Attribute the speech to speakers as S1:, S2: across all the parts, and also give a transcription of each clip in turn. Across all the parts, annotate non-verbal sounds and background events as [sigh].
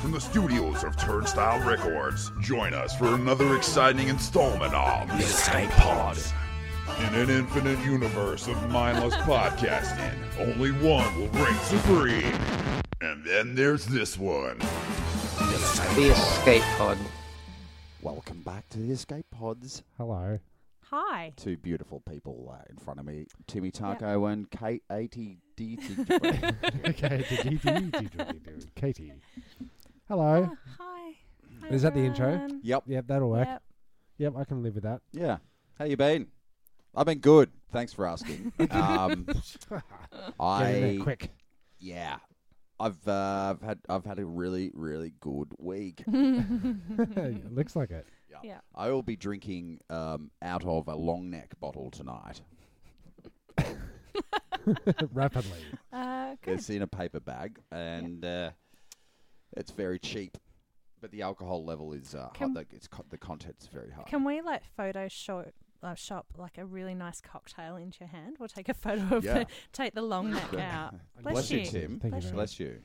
S1: from the studios of Turnstile Records. Join us for another exciting installment of The Escape Pod. In an infinite universe of mindless podcasting, only one will reign supreme. And then there's this one.
S2: The escape pod.
S3: Welcome back to the Escape Pods.
S4: Hello.
S5: Hi.
S3: Two beautiful people uh, in front of me, Timmy Taco and Kate Eighty D.
S4: [laughs] okay. dee-dee-dee-dee-dee-dee-dee. Katie.
S3: Hmm.
S4: Hello.
S5: Ah, hi. Hi,
S4: Is that the intro?
S5: everyone.
S3: Yep.
S4: Yep, that'll work.
S5: Yep.
S4: Yep, I can live with that. [laughs]
S3: Yeah. How you been? I've been good. Thanks for asking. um,
S4: Get in there [laughs]
S3: I
S4: quick.
S3: yeah. I've uh, I've had I've had a really really good week.
S5: Hmm.
S4: It looks like it. [laughs]
S5: Yeah.
S3: I will be drinking um, out of a long neck bottle tonight.
S4: Rapidly.
S5: Uh, good.
S3: It's in a paper bag and uh, it's very cheap, but the alcohol level is uh,
S5: Can-
S3: high, like it's co- the content's very high.
S5: Can we like photo shop, uh, shop like a really nice cocktail into your hand? We'll take a photo of
S3: Yeah.
S5: it. Take the long neck
S3: [laughs]
S5: out. Bless,
S3: Bless you,
S5: you.
S3: Tim.
S4: Thank
S5: Bless
S4: you very much.
S3: Bless you.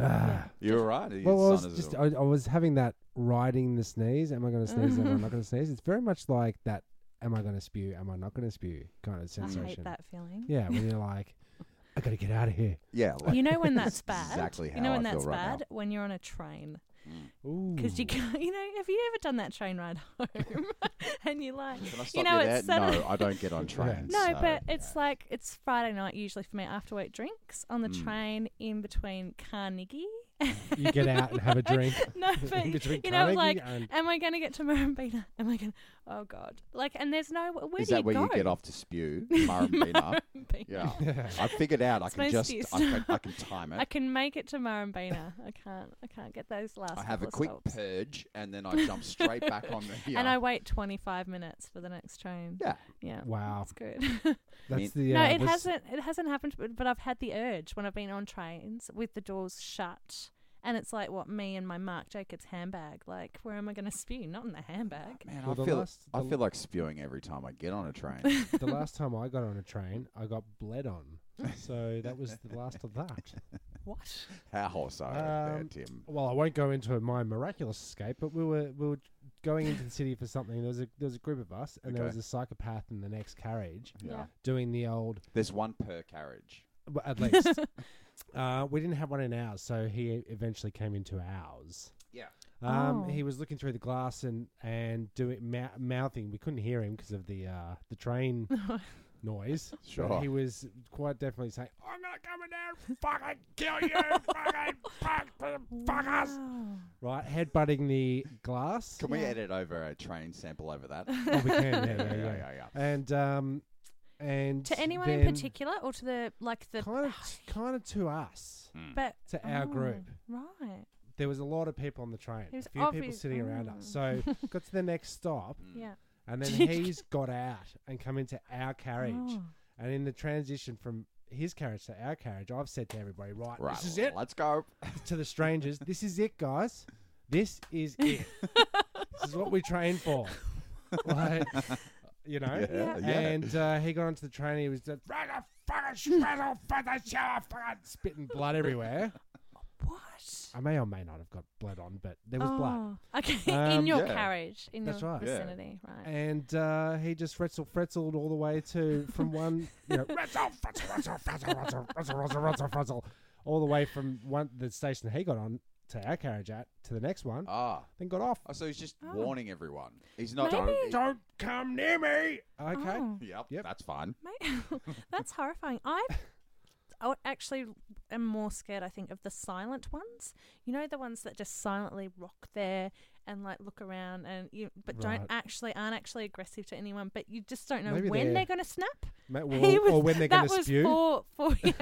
S4: Ah.
S3: You're right.
S4: Well, I was just I, I was having that riding the sneeze. Am I going to sneeze? Am I not going to sneeze? It's very much like that. Am I going to spew? Am I not going to spew? Kind of
S5: I
S4: sensation.
S5: hate that feeling.
S4: Yeah, when you're like, I got to get out of here.
S3: yeah, like,
S5: [laughs]
S3: [laughs]
S5: You know when that's bad.
S3: exactly
S5: you know
S3: how
S5: when
S3: I feel
S5: that's
S3: right now.
S5: bad when you're on a train
S4: Ooh.
S5: because you can't, [laughs] you know have you ever done that train ride [laughs] home and you're like
S3: Can I stop
S5: you know
S3: you there?
S5: it's Saturday-
S3: [laughs] No, I don't
S4: [laughs]
S3: get on trains.
S5: No,
S3: so,
S5: but
S3: yeah.
S5: it's like it's Friday night usually for me after work drinks on
S3: Hmm.
S5: the train in between Carnegie.
S4: You get out and have
S5: [laughs]
S4: a drink.
S5: No,
S4: [laughs]
S5: but
S4: In between
S5: you know,
S4: Carnegie
S5: like,
S4: and-
S5: am I going to get to Murrumbina? Am I going? to... [laughs] Oh God! Like, and there's no where
S3: Is
S5: do
S3: that
S5: you
S3: where
S5: go?
S3: you get
S5: [laughs]
S3: off to spew? [laughs] Murrumbina.
S5: Murrumbina.
S4: [laughs]
S3: yeah. I figured out. I
S5: It's
S3: can
S5: my
S3: just
S5: excuse.
S3: I
S5: [laughs]
S3: can, I can time
S5: I
S3: it.
S5: can make it to Murrumbina. I can't. I can't get those last.
S3: I have a
S5: couple of
S3: quick
S5: stops.
S3: purge and then I jump straight back on the
S5: [laughs]
S3: here.
S5: And I wait 25 minutes for the next train.
S3: yeah.
S5: Yeah.
S4: Wow.
S5: It's good. [laughs]
S4: That's
S3: Mint.
S4: the. Uh,
S5: no, it
S4: this-
S5: hasn't. It hasn't happened, but, but I've had the urge when I've been on trains with the doors shut, and it's like what me and my Marc Jacobs handbag. Like, where am I going to spew? Not in the handbag.
S3: Man,
S4: Well,
S3: I
S4: the
S3: feel
S4: last-
S3: I
S4: the-
S3: feel like spewing every time I get on a
S5: [laughs]
S3: train.
S4: the last time I got on a train, I got bled on. So that was the last of that.
S5: What?
S3: How so, there,
S4: Um,
S3: Tim?
S4: Well, I won't go into my miraculous escape, but we were we were going into the city for something. There was a there was a group of us, and there
S3: Okay.
S4: was a psychopath in the next carriage
S5: Yeah.
S4: doing the old
S3: There's one per carriage.
S4: well, at
S5: [laughs]
S4: least. uh, we didn't have one in ours, so he eventually came into ours.
S3: Yeah.
S4: Um,
S5: Oh.
S4: He was looking through the glass and and doing mou- mouthing. We couldn't hear him because of the uh, the train
S5: [laughs]
S4: noise. but
S3: Sure.
S4: he was quite definitely saying, "I'm gonna come in there,
S5: [laughs]
S4: and fucking kill you, fucking fuck, fuckers."
S5: Wow.
S4: Right, headbutting the glass.
S5: [laughs]
S3: Can we
S5: Yeah.
S3: edit over a train sample over
S5: [laughs]
S3: that?
S4: Oh, we can, yeah, yeah,
S3: yeah,
S4: yeah.
S3: yeah, yeah.
S4: And um, and
S5: To anyone in
S4: then
S5: particular, or to the like the [sighs]
S4: kind of,
S5: [gasps]
S4: kind of to us,
S3: Hmm.
S5: but
S4: to our
S5: Oh,
S4: group.
S5: Right.
S4: There was a lot of people on the train.
S5: It was
S4: a few people
S5: obvious- Mm.
S4: sitting around us. So
S5: [laughs]
S4: got to the next stop,
S3: Mm.
S5: Yeah.
S4: and then
S5: [laughs]
S4: he's got out and come into our carriage.
S5: Oh.
S4: And in the transition from his carriage to our carriage, I've said to everybody, right,
S3: Right.
S4: this is it.
S3: Let's go.
S4: to the strangers, this is it, guys. This is
S5: [laughs]
S4: it. this is what we train for. Like, you know?
S3: Yeah, yeah.
S4: And uh, he got onto the train and he was just "Fucking fucking shit off, fucking shower, fucking spitting blood everywhere.
S5: What?
S4: I may or may not have got blood on, but there was blood.
S5: Oh. Okay. [laughs]
S4: Um,
S5: in your
S3: yeah.
S5: carriage, in
S4: That's
S5: your
S4: right.
S3: Yeah.
S5: vicinity, right?
S4: And uh, he just fretzel fretzeled all the way to from one, you know, fretzel, fretzel, fretzel, fretzel, fretzel, fretzel, fretzel, fretzel, fretzel, all the way from one the station he got on to our carriage at to the next one,
S3: Ah.
S4: then got off.
S3: Oh, so he's just warning everyone. He's not.
S5: Maybe-
S4: Don't come near me. Okay.
S3: [laughs]
S5: Oh.
S3: Yep,
S4: Yep.
S3: That's fine.
S5: Mate, [laughs] that's horrifying. I [laughs] I actually am more scared, I think, of the silent ones. You know, the ones that just silently rock there and like look around and you, but
S4: Right.
S5: don't actually aren't actually aggressive to anyone, but you just don't know
S4: Maybe
S5: when
S4: they're-
S5: they're, going to snap.
S4: Ma-
S5: He
S4: well,
S5: was-
S4: or when they're going
S5: that
S4: to
S5: was
S4: spew. [laughs]
S5: Four, four, yeah.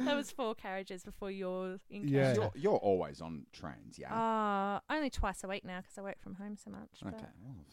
S5: that was four carriages before yours.
S4: Yeah.
S5: encounter.
S3: You're, you're always on trains, yeah.
S5: Uh, only twice a week now because I work from home so much. but-
S3: okay. Oh,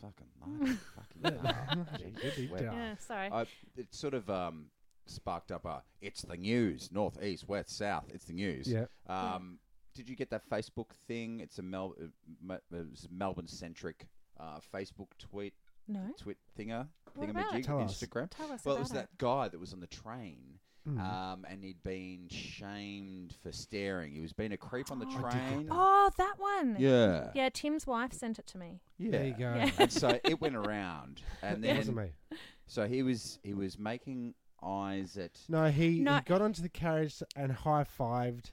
S3: fucking
S5: [laughs]
S3: life. fucking life. Jesus,
S4: Yeah.
S3: we're-
S5: Yeah, sorry.
S3: I, it sort of um, sparked up a. It's the news. North, east, west, south. It's the news.
S4: Yeah.
S3: Um, did you get that Facebook thing? It's a Mel- uh, Mel- uh, it's Melbourne centric uh, Facebook tweet
S5: no.
S3: tweet thinger
S5: Hmm? What about
S3: thingamajig
S5: it?
S4: Tell us. Hmm.
S3: Instagram.
S5: Tell us
S3: well, it
S5: about
S3: was that guy that was on the train
S4: Mm,
S3: um, and he'd been shamed for staring. He was being a creep
S5: [gasps]
S3: on the train.
S5: Oh, that one.
S3: Yeah.
S5: Yeah, Tim's wife sent it to me.
S3: yeah.
S4: There you go.
S5: Yeah.
S3: And so it went around, and
S4: It wasn't
S3: then
S4: me.
S3: so he was he was making eyes at
S4: No, he,
S5: No.
S4: he got onto the carriage and high fived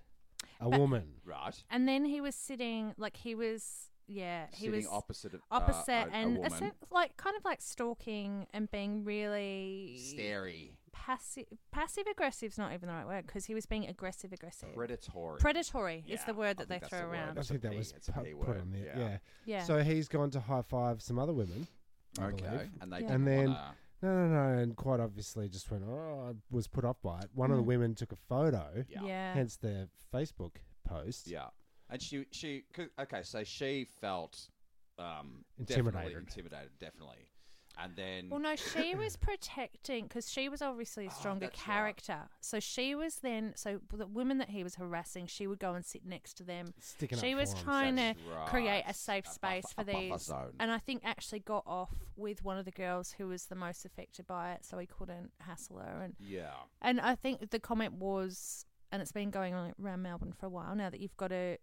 S4: a woman.
S3: right
S5: And then he was sitting, like, he was, yeah, he
S3: sitting
S5: was
S3: opposite of uh,
S5: opposite
S3: a, a
S5: and
S3: woman,
S5: essen- like kind of like stalking and being really
S3: stary,
S5: passive passive aggressive's not even the right word because he was being aggressive aggressive
S3: predatory.
S5: predatory is the
S3: Yeah,
S5: word
S3: I
S5: that they
S3: think that's
S5: throw
S3: the word.
S5: around
S4: I
S3: That's a
S4: think that
S3: P,
S4: was
S3: it's a
S4: pu-
S3: P
S4: put
S3: word,
S4: on the
S3: yeah.
S4: yeah.
S5: yeah
S4: So he's gone to high five some other women. I
S3: okay,
S4: believe.
S3: and they
S5: Yeah.
S3: didn't
S4: And then-
S3: wanna-
S4: No, no, no, and quite obviously just went. Oh, I was put off by it. One of the
S5: Mm.
S4: women took a photo,
S5: yeah,
S3: yeah,
S4: hence the Facebook post.
S3: yeah. and she she 'cause- okay, so she felt um definitely
S4: Intimidated.
S3: intimidated, definitely, and then
S5: well no
S4: [clears throat]
S5: she was protecting because she was obviously a
S3: Oh,
S5: stronger
S3: that's right.
S5: character so she was then so the women that he was harassing she would go and sit next to them
S4: Sticking
S5: she
S4: up
S5: was
S4: for 'em.
S5: trying to
S3: That's right.
S5: create a
S3: A
S5: safe
S3: buffer-
S5: space
S3: a
S5: for
S3: buffer
S5: these
S3: zone.
S5: and i think actually got off with one of the girls who was the most affected by it so he couldn't hassle her and
S3: yeah,
S5: and i think the comment was and it's been going on around melbourne for a while now that you've got to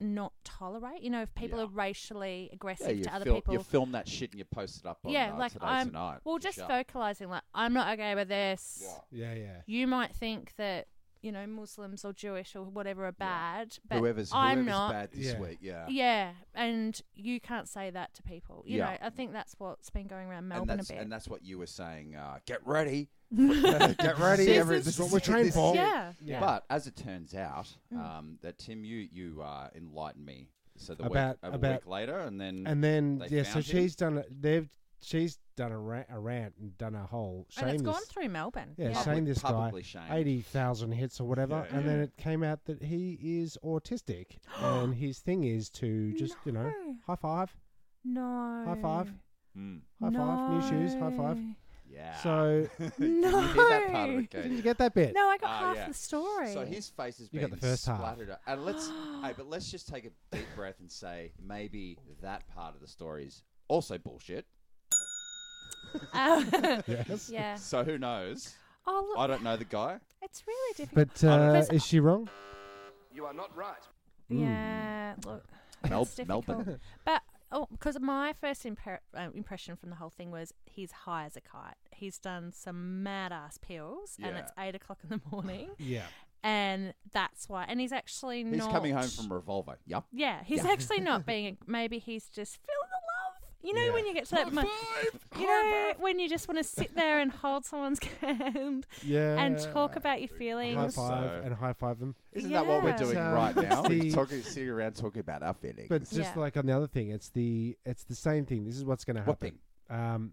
S5: not tolerate you know if people
S3: Yeah.
S5: are racially
S3: yeah,
S5: aggressive
S3: you,
S5: to other
S3: fil-
S5: people
S3: you film that shit and you post it up on
S5: yeah
S3: uh,
S5: like
S3: today
S5: i'm
S3: tonight.
S5: well
S3: for
S5: just
S3: sure.
S5: vocalizing like i'm not okay with this
S3: Yeah.
S4: Yeah, yeah.
S5: you might think that you know muslims or jewish or whatever are bad but
S3: whoever's
S5: i'm
S3: whoever's
S5: not
S3: bad this
S4: Yeah.
S3: week, yeah,
S5: yeah, and you can't say that to people. You
S3: Yeah.
S5: know, I think that's what's been going around
S3: and
S5: Melbourne
S3: that's
S5: a bit.
S3: and that's what you were saying. Uh, get
S5: [laughs]
S3: ready, get ready.
S4: This
S3: every-
S4: is
S3: this
S4: what
S3: is
S4: we're
S3: it,
S4: trained
S3: this is
S4: for.
S3: it.
S5: yeah, Mm.
S4: Yeah.
S3: But as it turns out, um, that Tim, you you uh, enlightened me. So the
S4: About-
S3: week, a
S4: about-
S3: week later, and then
S4: And then
S3: They
S4: yeah, so
S3: found him?
S4: she's done. A, they've she's done a rant, a rant and done a whole shame.
S5: and it's
S4: this-
S5: gone through Melbourne.
S4: Yeah,
S3: Public-
S4: shame this guy.
S3: publicly shamed.
S4: Eighty thousand hits or whatever,
S3: Yeah,
S4: and then it came out that he is autistic,
S5: [gasps]
S4: and his thing is to just you know
S5: No.
S4: high five,
S5: No.
S4: high five,
S3: Mm.
S4: high five, new shoes, high five.
S5: No.
S3: yeah. [laughs]
S4: So
S3: you hear that part of
S5: No.
S3: it, Katie?
S4: did
S5: [laughs]
S4: you get that bit?
S5: No, I got
S3: Ah,
S5: half
S3: yeah.
S5: the story.
S3: So his face has
S4: You
S3: been
S4: got the first half.
S3: splattered. Half. And
S5: [gasps]
S3: let's hey, but let's just take a deep breath and say maybe that part of the story is also bullshit.
S5: Um,
S4: Yes.
S3: [laughs]
S5: yeah.
S3: So who knows?
S5: Oh look,
S3: I don't know the guy.
S5: it's really difficult.
S4: [laughs] But uh,
S5: There's-
S4: is she wrong?
S5: yeah, look,
S3: Mel-
S5: it's difficult.
S3: Melbourne.
S5: [laughs] But oh, because my first imper- uh, impression from the whole thing was he's high as a kite. He's done some mad ass pills, and it's eight o'clock in the morning,
S4: Yeah.
S5: and that's why. And he's actually
S3: He's
S5: not.
S3: coming home from Revolver.
S5: [laughs]
S3: Yup.
S5: Yeah, he's
S3: [laughs]
S5: actually not being. Maybe he's just feeling the love. You know when you get to that moment. You know when you just want to sit there and hold someone's [laughs] hand
S4: Yeah.
S5: and talk about your
S4: High
S5: feelings.
S4: five
S3: So-
S4: and high five them.
S3: Isn't that what we're
S5: Yeah.
S3: doing
S4: So,
S3: right now?
S4: it's
S3: We're
S4: the-
S3: talking, sitting around talking about our feelings.
S4: But just
S5: Yeah.
S4: like on the other thing, it's the it's the same thing. This is what's going to
S3: What
S4: happen. Um,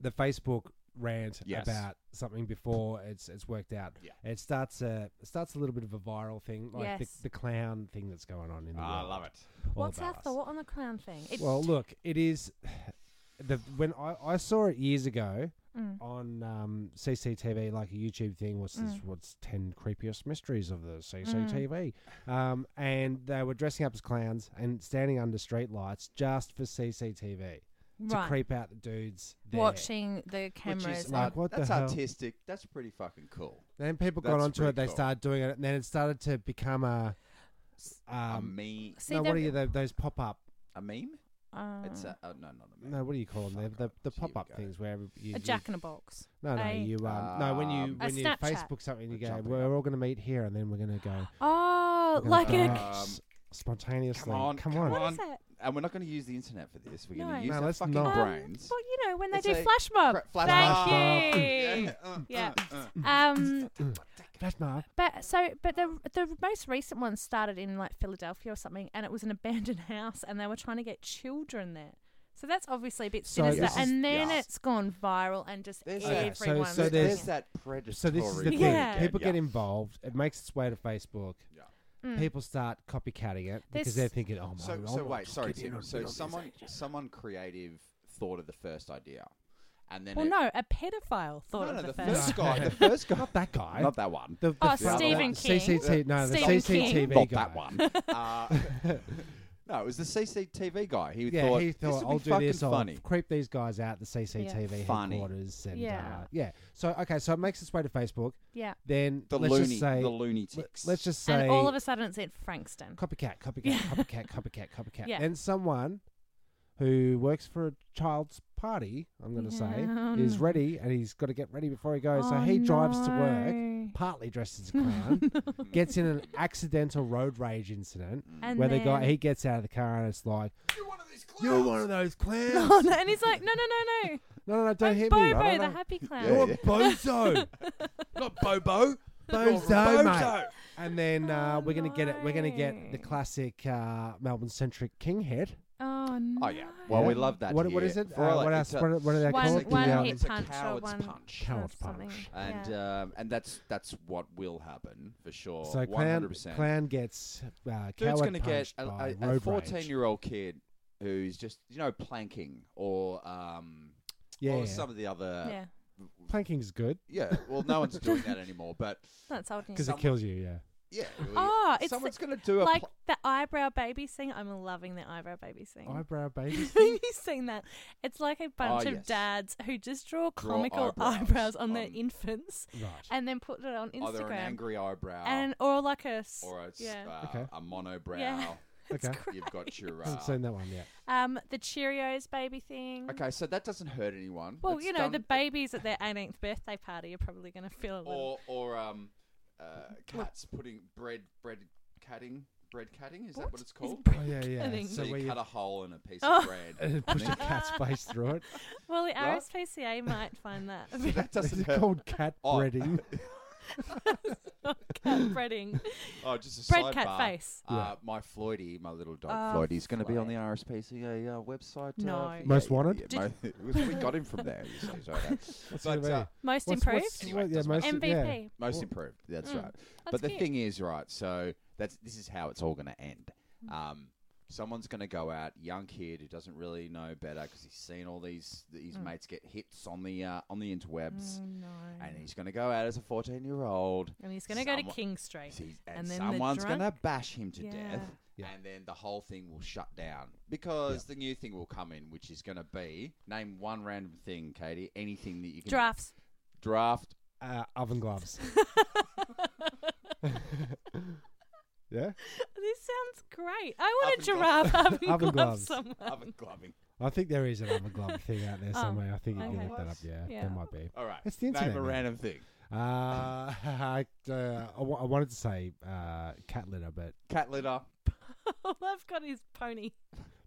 S4: the Facebook rant
S3: Yes.
S4: about something before it's it's worked out.
S3: Yeah.
S4: It starts a it starts a little bit of a viral thing, like
S5: Yes.
S4: the, the clown thing that's going on in the
S3: Ah, I
S4: world.
S3: love it.
S4: All
S5: What's our
S4: about us.
S5: thought on the clown thing? It-
S4: Well, look, it is [sighs] the when I, I saw it years ago
S5: Mm.
S4: on um, CCTV, like a YouTube thing. What's
S5: Mm.
S4: this? What's ten creepiest mysteries of the CCTV?
S5: Mm.
S4: Um, and they were dressing up as clowns and standing under street lights just for CCTV to
S5: right.
S4: creep out the dudes. There.
S5: Watching the
S3: Which
S5: cameras.
S3: is
S5: on-
S4: like, what the
S3: that's
S4: hell?
S3: artistic. That's pretty fucking cool.
S4: Then people got
S3: That's
S4: onto it.
S3: pretty
S4: They
S3: cool.
S4: started doing it, and then it started to become a
S3: a
S4: um.
S3: meme.
S5: See,
S4: no,
S5: the-
S4: what are you? tho- Those pop up.
S3: A meme?
S5: uh,
S3: It's a, oh, no, not a meme.
S4: No, what do you call them?
S3: Fuck
S4: The, the,
S3: off,
S4: the
S3: here we
S4: pop up
S3: go.
S4: things where you,
S5: a
S4: you-
S5: jack in a box.
S4: No, no,
S5: A-
S4: you um, no when you
S3: Um,
S5: A
S4: when you
S5: Snapchat.
S4: Facebook something, you
S3: We're
S4: go,
S3: jumping
S4: we're all going to meet here, and then we're going to go
S5: Oh,
S4: we're gonna
S5: like
S4: go
S5: a.
S3: Uh,
S4: out s- spontaneously.
S3: come on, come
S5: What
S3: on.
S5: is it?
S3: And we're not going to use the internet for this. We're
S5: No.
S3: going to use
S4: No,
S3: our
S4: let's
S3: fucking
S4: not.
S5: Um,
S3: brains.
S5: well, you know, when they
S3: It's
S5: do
S3: a
S5: flash mob.
S3: Fra- flash
S5: Thank
S4: mob.
S5: you. [laughs] yeah.
S3: Uh,
S5: Um,
S4: Flash mob.
S5: but so, but the the most recent one started in like Philadelphia or something, and it was an abandoned [laughs] house, and they were trying to get children there. So that's obviously a bit
S4: So
S5: sinister.
S4: this is-
S5: and then
S3: yeah.
S5: it's gone viral, and just
S3: There's
S5: everyone.
S3: that.
S4: so- so
S3: So
S4: there's-
S3: there's that predatory.
S4: So this is the thing.
S5: Yeah.
S4: People
S3: Yeah.
S4: get involved. It makes its way to Facebook.
S3: Yeah.
S4: People start copycatting it because
S5: Mm. This-
S4: they're thinking, "Oh my
S3: So,
S4: God,
S3: so
S4: I'll
S3: wait,
S4: just
S3: sorry,
S4: get in
S3: Tim.
S4: on
S3: So
S4: it." [laughs]
S3: someone, someone creative thought of the first idea, and then
S5: well,
S3: it,
S5: no, a pedophile thought
S3: no,
S5: of
S3: no,
S5: the
S3: the
S5: first.
S3: first guy,
S4: [laughs]
S3: the first guy,
S4: not that guy.
S3: not that one,
S4: The, the
S5: Oh,
S4: f-
S3: Stephen
S4: CCT,
S5: King.
S4: No, the [laughs]
S5: Stephen King.
S4: CCTV
S3: not
S4: guy.
S3: that one. Uh, [laughs] No, it was the CCTV guy. He
S4: yeah,
S3: thought,
S4: he
S3: this
S4: thought
S3: would
S4: I'll
S3: be
S4: do
S3: fucking
S4: this.
S3: funny.
S4: I'll creep these guys out the CCTV
S3: Funny.
S4: headquarters, and
S5: Yeah.
S4: uh, yeah. So okay, so it makes its way to Facebook.
S5: Yeah.
S4: Then
S3: The
S4: let's
S3: loony,
S4: just say,
S3: the loony
S4: let-
S3: ticks.
S4: let's just say,
S5: and all of a sudden it said Frankston.
S4: copycat, copycat,
S5: Yeah.
S4: copycat, copycat, copycat,
S5: [laughs] Yeah.
S4: and someone who works for a child's party, I'm going to
S5: Yeah, oh
S4: say, is
S5: no.
S4: ready, and he's got to get ready before he goes. so
S5: Oh,
S4: he drives to work,
S5: no. Oh,
S4: partly dressed
S5: [laughs]
S4: as a clown, gets in an accidental road rage incident.
S5: And
S4: where
S5: then,
S4: the guy he gets out of the car and it's like, "You're one of those clowns."
S5: Oh, no, [laughs] and he's like, no, no, no, no.
S4: No, no, no, don't
S5: I'm
S4: hit me.
S5: Bobo,
S4: I
S5: the
S4: don't know.
S5: happy clown.
S3: Yeah,
S4: You're a
S5: [laughs]
S4: bozo.
S6: Not Bobo.
S4: bozo,
S6: Bozo.
S4: mate. And then uh,
S5: Oh,
S4: we're gonna get it. We're gonna get the
S5: no.
S4: classic uh, Melbourne-centric king head.
S5: Oh no.
S3: Oh yeah. Well, we
S4: Yeah.
S3: love that.
S4: What-
S3: here.
S4: what is it?
S3: For
S4: Uh,
S3: all
S4: what
S3: it's
S4: else-
S3: a-
S4: what- what do they
S5: One-
S4: call
S5: call
S4: it?
S5: one
S4: The, um,
S5: hit
S3: it's a
S5: punch or
S3: coward's
S5: one-
S3: punch.
S4: Coward's
S5: or something.
S4: punch.
S3: And
S5: yeah.
S3: um, and that's that's what will happen for sure.
S4: So
S3: Oh, one
S4: clan,
S3: hundred percent.
S4: clan gets uh,
S3: Dude's
S4: coward
S3: gonna get
S4: punched
S3: a-
S4: by
S3: a-
S4: road
S3: a
S4: rage.
S3: fourteen-year-old kid who's just you know planking or um
S4: Yeah,
S3: or
S4: yeah.
S3: some of the other
S5: yeah.
S4: planking's good
S3: yeah. Well, no one's doing that anymore, but
S5: That's old news.
S4: because it kills you. Yeah. [laughs]
S3: yeah.
S5: Oh, [laughs] it's
S3: uh, someone's gonna do a
S5: like
S3: pl-
S5: the eyebrow baby thing. I'm loving the eyebrow baby thing.
S4: Eyebrow
S3: [laughs]
S4: baby.
S5: [laughs] Have you seen that? It's like a bunch of
S3: Ah, yes.
S5: dads who just draw
S3: Draw
S5: comical
S3: eyebrows
S5: eyebrows, on their
S3: on-
S5: infants
S4: right.
S5: and then put it on Instagram.
S3: either an angry eyebrow
S5: and or like a s-
S3: [laughs] or a, s-
S5: yeah.
S3: uh,
S4: Okay.
S3: a monobrow.
S5: Yeah. [laughs] It's
S4: Okay.
S5: great.
S3: You've got your.
S4: Haven't
S3: Uh,
S4: seen that one yet.
S5: um the Cheerios baby thing.
S3: okay, so that doesn't hurt anyone.
S5: Well,
S3: That's
S5: you know, the
S3: done.
S5: babies at their 18th birthday party are probably going to feel a little.
S3: or or um, uh, cats putting bread bread catting bread catting is that what it's called?
S4: Oh yeah, yeah.
S5: cutting.
S3: So,
S4: So
S3: you
S4: where you
S3: cut a hole in a piece
S5: Oh.
S3: of bread.
S4: and
S3: and
S4: [laughs] push a
S3: then-
S5: [laughs]
S4: cat's face through it.
S5: Well, the
S3: Right?
S5: [laughs] RSPCA might find that a
S3: so [laughs]
S5: bit
S3: that [laughs] doesn't
S4: It's
S3: hurt.
S4: called cat
S3: Oh.
S4: breeding.
S3: [laughs]
S5: cat breeding.
S3: Oh, just a
S5: Bread cat
S3: sidebar.
S5: face.
S3: Uh,
S4: Yeah.
S3: My Floydie, my little dog
S5: Oh,
S3: Floydie's going to be on the
S5: Floyd.
S3: RSPCA uh, website.
S5: No.
S3: Uh, for-
S4: Most
S3: yeah,
S4: wanted?
S3: yeah, mo- [laughs] we got him from there. You see, so that-
S4: What's
S3: But,
S4: it about?
S3: uh,
S5: Most
S4: What's-
S5: improved.
S4: what's-
S3: Anyway,
S4: what- yeah,
S3: doesn't
S4: most-
S3: matter.
S4: yeah.
S5: MVP.
S3: most
S4: Oh.
S3: improved. That's
S5: Mm.
S3: right.
S5: That's
S3: but the
S5: cute.
S3: thing is, right? So that's this is how it's all going to end.
S5: Mm.
S3: Um, someone's going to go out, young kid who doesn't really know better because he's seen all these his
S5: Mm.
S3: mates get hits on the uh, on the interwebs,
S5: Oh, no.
S3: and he's going to go out as a fourteen year old.
S5: And he's going to go to
S3: Someone-
S5: King Street.
S3: He's-
S5: And
S3: and
S5: then the
S3: someone's
S5: drunk-
S3: going to bash him to death,
S4: Yeah.
S3: and then the whole thing will shut down because the new thing will come in, which is going to be name one random thing, Katie, anything that you can [laughs]
S5: Drafts.
S3: draft.
S4: Uh, oven gloves. [laughs] yeah,
S5: [laughs] This sounds great. I want
S3: Oven
S5: a giraffe oven,
S4: Oven
S5: glove
S4: gloves.
S5: somewhere. [laughs]
S3: oven gloving.
S4: I think there is an oven glove thing out there
S5: Oh,
S4: somewhere. I think you
S5: okay.
S4: can look that up. Yeah,
S5: Yeah.
S4: there might be.
S3: All right,
S4: It's the
S3: name
S4: internet,
S3: a
S4: man.
S3: random thing.
S4: Uh, [laughs] I, uh, I, wa- I wanted to say uh, cat litter, but
S3: Cat litter.
S5: All I've got is pony.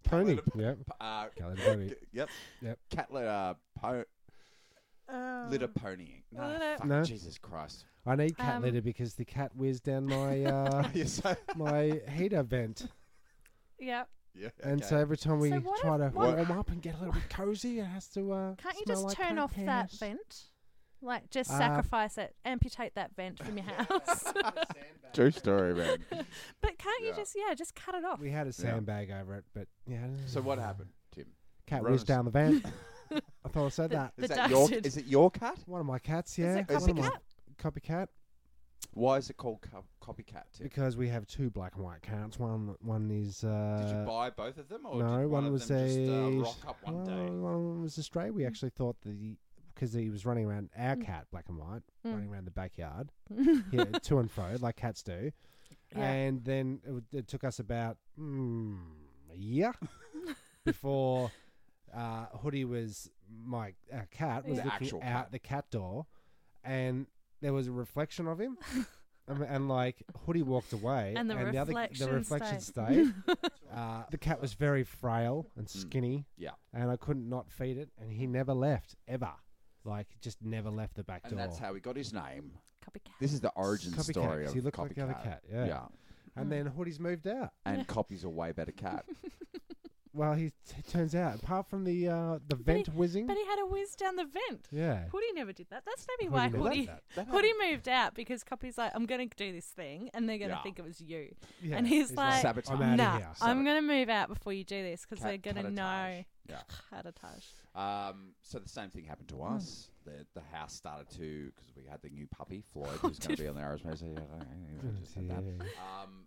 S4: pony.
S3: litter.
S4: yeah,
S3: Uh,
S4: cat litter pony.
S3: g- yep.
S4: Yep.
S3: Cat litter. Po-
S5: Oh.
S3: litter ponying. No,
S5: Litter-
S3: fuck,
S4: No.
S3: Jesus Christ. [laughs]
S4: I need cat
S5: Um,
S4: litter because the cat whizzed down my
S5: [laughs]
S4: uh,
S3: yeah, so,
S4: my heater vent,
S5: Yeah.
S3: yeah,
S4: and
S3: okay.
S4: so every time we
S5: So what
S4: try
S5: if-
S4: to
S5: what-
S4: warm up and get a little bit cozy, it has to. Uh,
S5: Can't you
S4: smell
S5: just
S4: like
S5: turn
S4: cat
S5: off that
S4: piss.
S5: vent? Like, just
S4: Uh,
S5: sacrifice it, amputate that vent
S3: [laughs]
S5: from your house. [laughs]
S3: true story, man.
S5: but can't you
S3: Yeah.
S5: just, yeah, just cut it off?
S4: We had a sandbag over it, but yeah.
S3: so what happened, Tim?
S4: Cat
S3: Run
S4: whizzed
S3: us-
S4: down the
S5: [laughs]
S4: vent. I thought I said
S5: The-
S4: that.
S3: Is
S5: The
S3: that your?
S5: dastard.
S3: Is it your cat?
S4: One of my cats,
S5: Is
S4: yeah.
S5: it
S4: One of my
S5: copycat?
S4: copycat.
S3: Why is it called co- copycat, Tim?
S4: Because we have two black and white cats. One one is uh
S3: Did you buy both of them, or
S4: no,
S3: did one,
S4: one
S3: of
S4: was
S3: them just uh,
S4: a- Oh.
S3: rock up one
S4: one,
S3: day?
S4: one was astray. We actually thought the because he was running around our cat, black and white,
S5: Mm.
S4: running around the backyard,
S5: [laughs]
S4: yeah, to and fro like cats do.
S5: Yeah.
S4: And then it, w- it took us about mm, a
S5: [laughs]
S4: year before uh, Hoodie was my uh, cat was
S5: The
S4: looking
S3: actual
S4: out
S3: cat.
S4: the cat door, and there was a reflection of
S5: [laughs]
S4: him. And, and like Hoodie walked away,
S5: And the
S4: other, the
S5: reflection
S4: reflection
S5: stayed.
S4: stayed.
S5: [laughs]
S4: uh, the cat was very frail
S3: Mm.
S4: and skinny,
S3: Yeah,
S4: and I couldn't not feed it, and he never left ever, like just never left the back
S3: and
S4: door.
S3: that's how he got his name.
S5: Copycat.
S3: This is the origin
S4: Copycat,
S3: story
S4: 'cause
S3: of
S4: he looked like the other
S3: Copycat.
S4: cat, yeah.
S3: yeah,
S5: Hmm.
S4: and then Hoodie's moved out.
S3: and Copy's a way better
S5: [laughs]
S3: cat.
S4: Well, he t- turns out, apart from the uh, the vent whizzing,
S5: But he had a whiz down the vent.
S4: yeah,
S5: Hoodie never did that. That's maybe
S4: Hoodie
S5: why
S4: never
S5: Hoodie
S4: did that.
S3: That
S5: Hoodie moved out because Copy's like, I'm gonna do this thing, and they're gonna
S3: Yeah.
S5: think it was you.
S4: yeah.
S5: and he's like,
S3: Sabotage.
S4: I'm outta
S5: Nah,
S4: here.
S5: I'm gonna move out before you do this because
S3: Cat-
S5: they're gonna know.
S3: catatage. Yeah.
S5: Catatage.
S3: Um, so the same thing happened to
S5: Hmm.
S3: us. The, the house started to because we had the new puppy
S5: [laughs]
S3: Floyd, who's going to
S4: [laughs]
S3: be on the Aerosmith. so, yeah, I don't know, we just had that.
S4: Yeah.
S3: Um,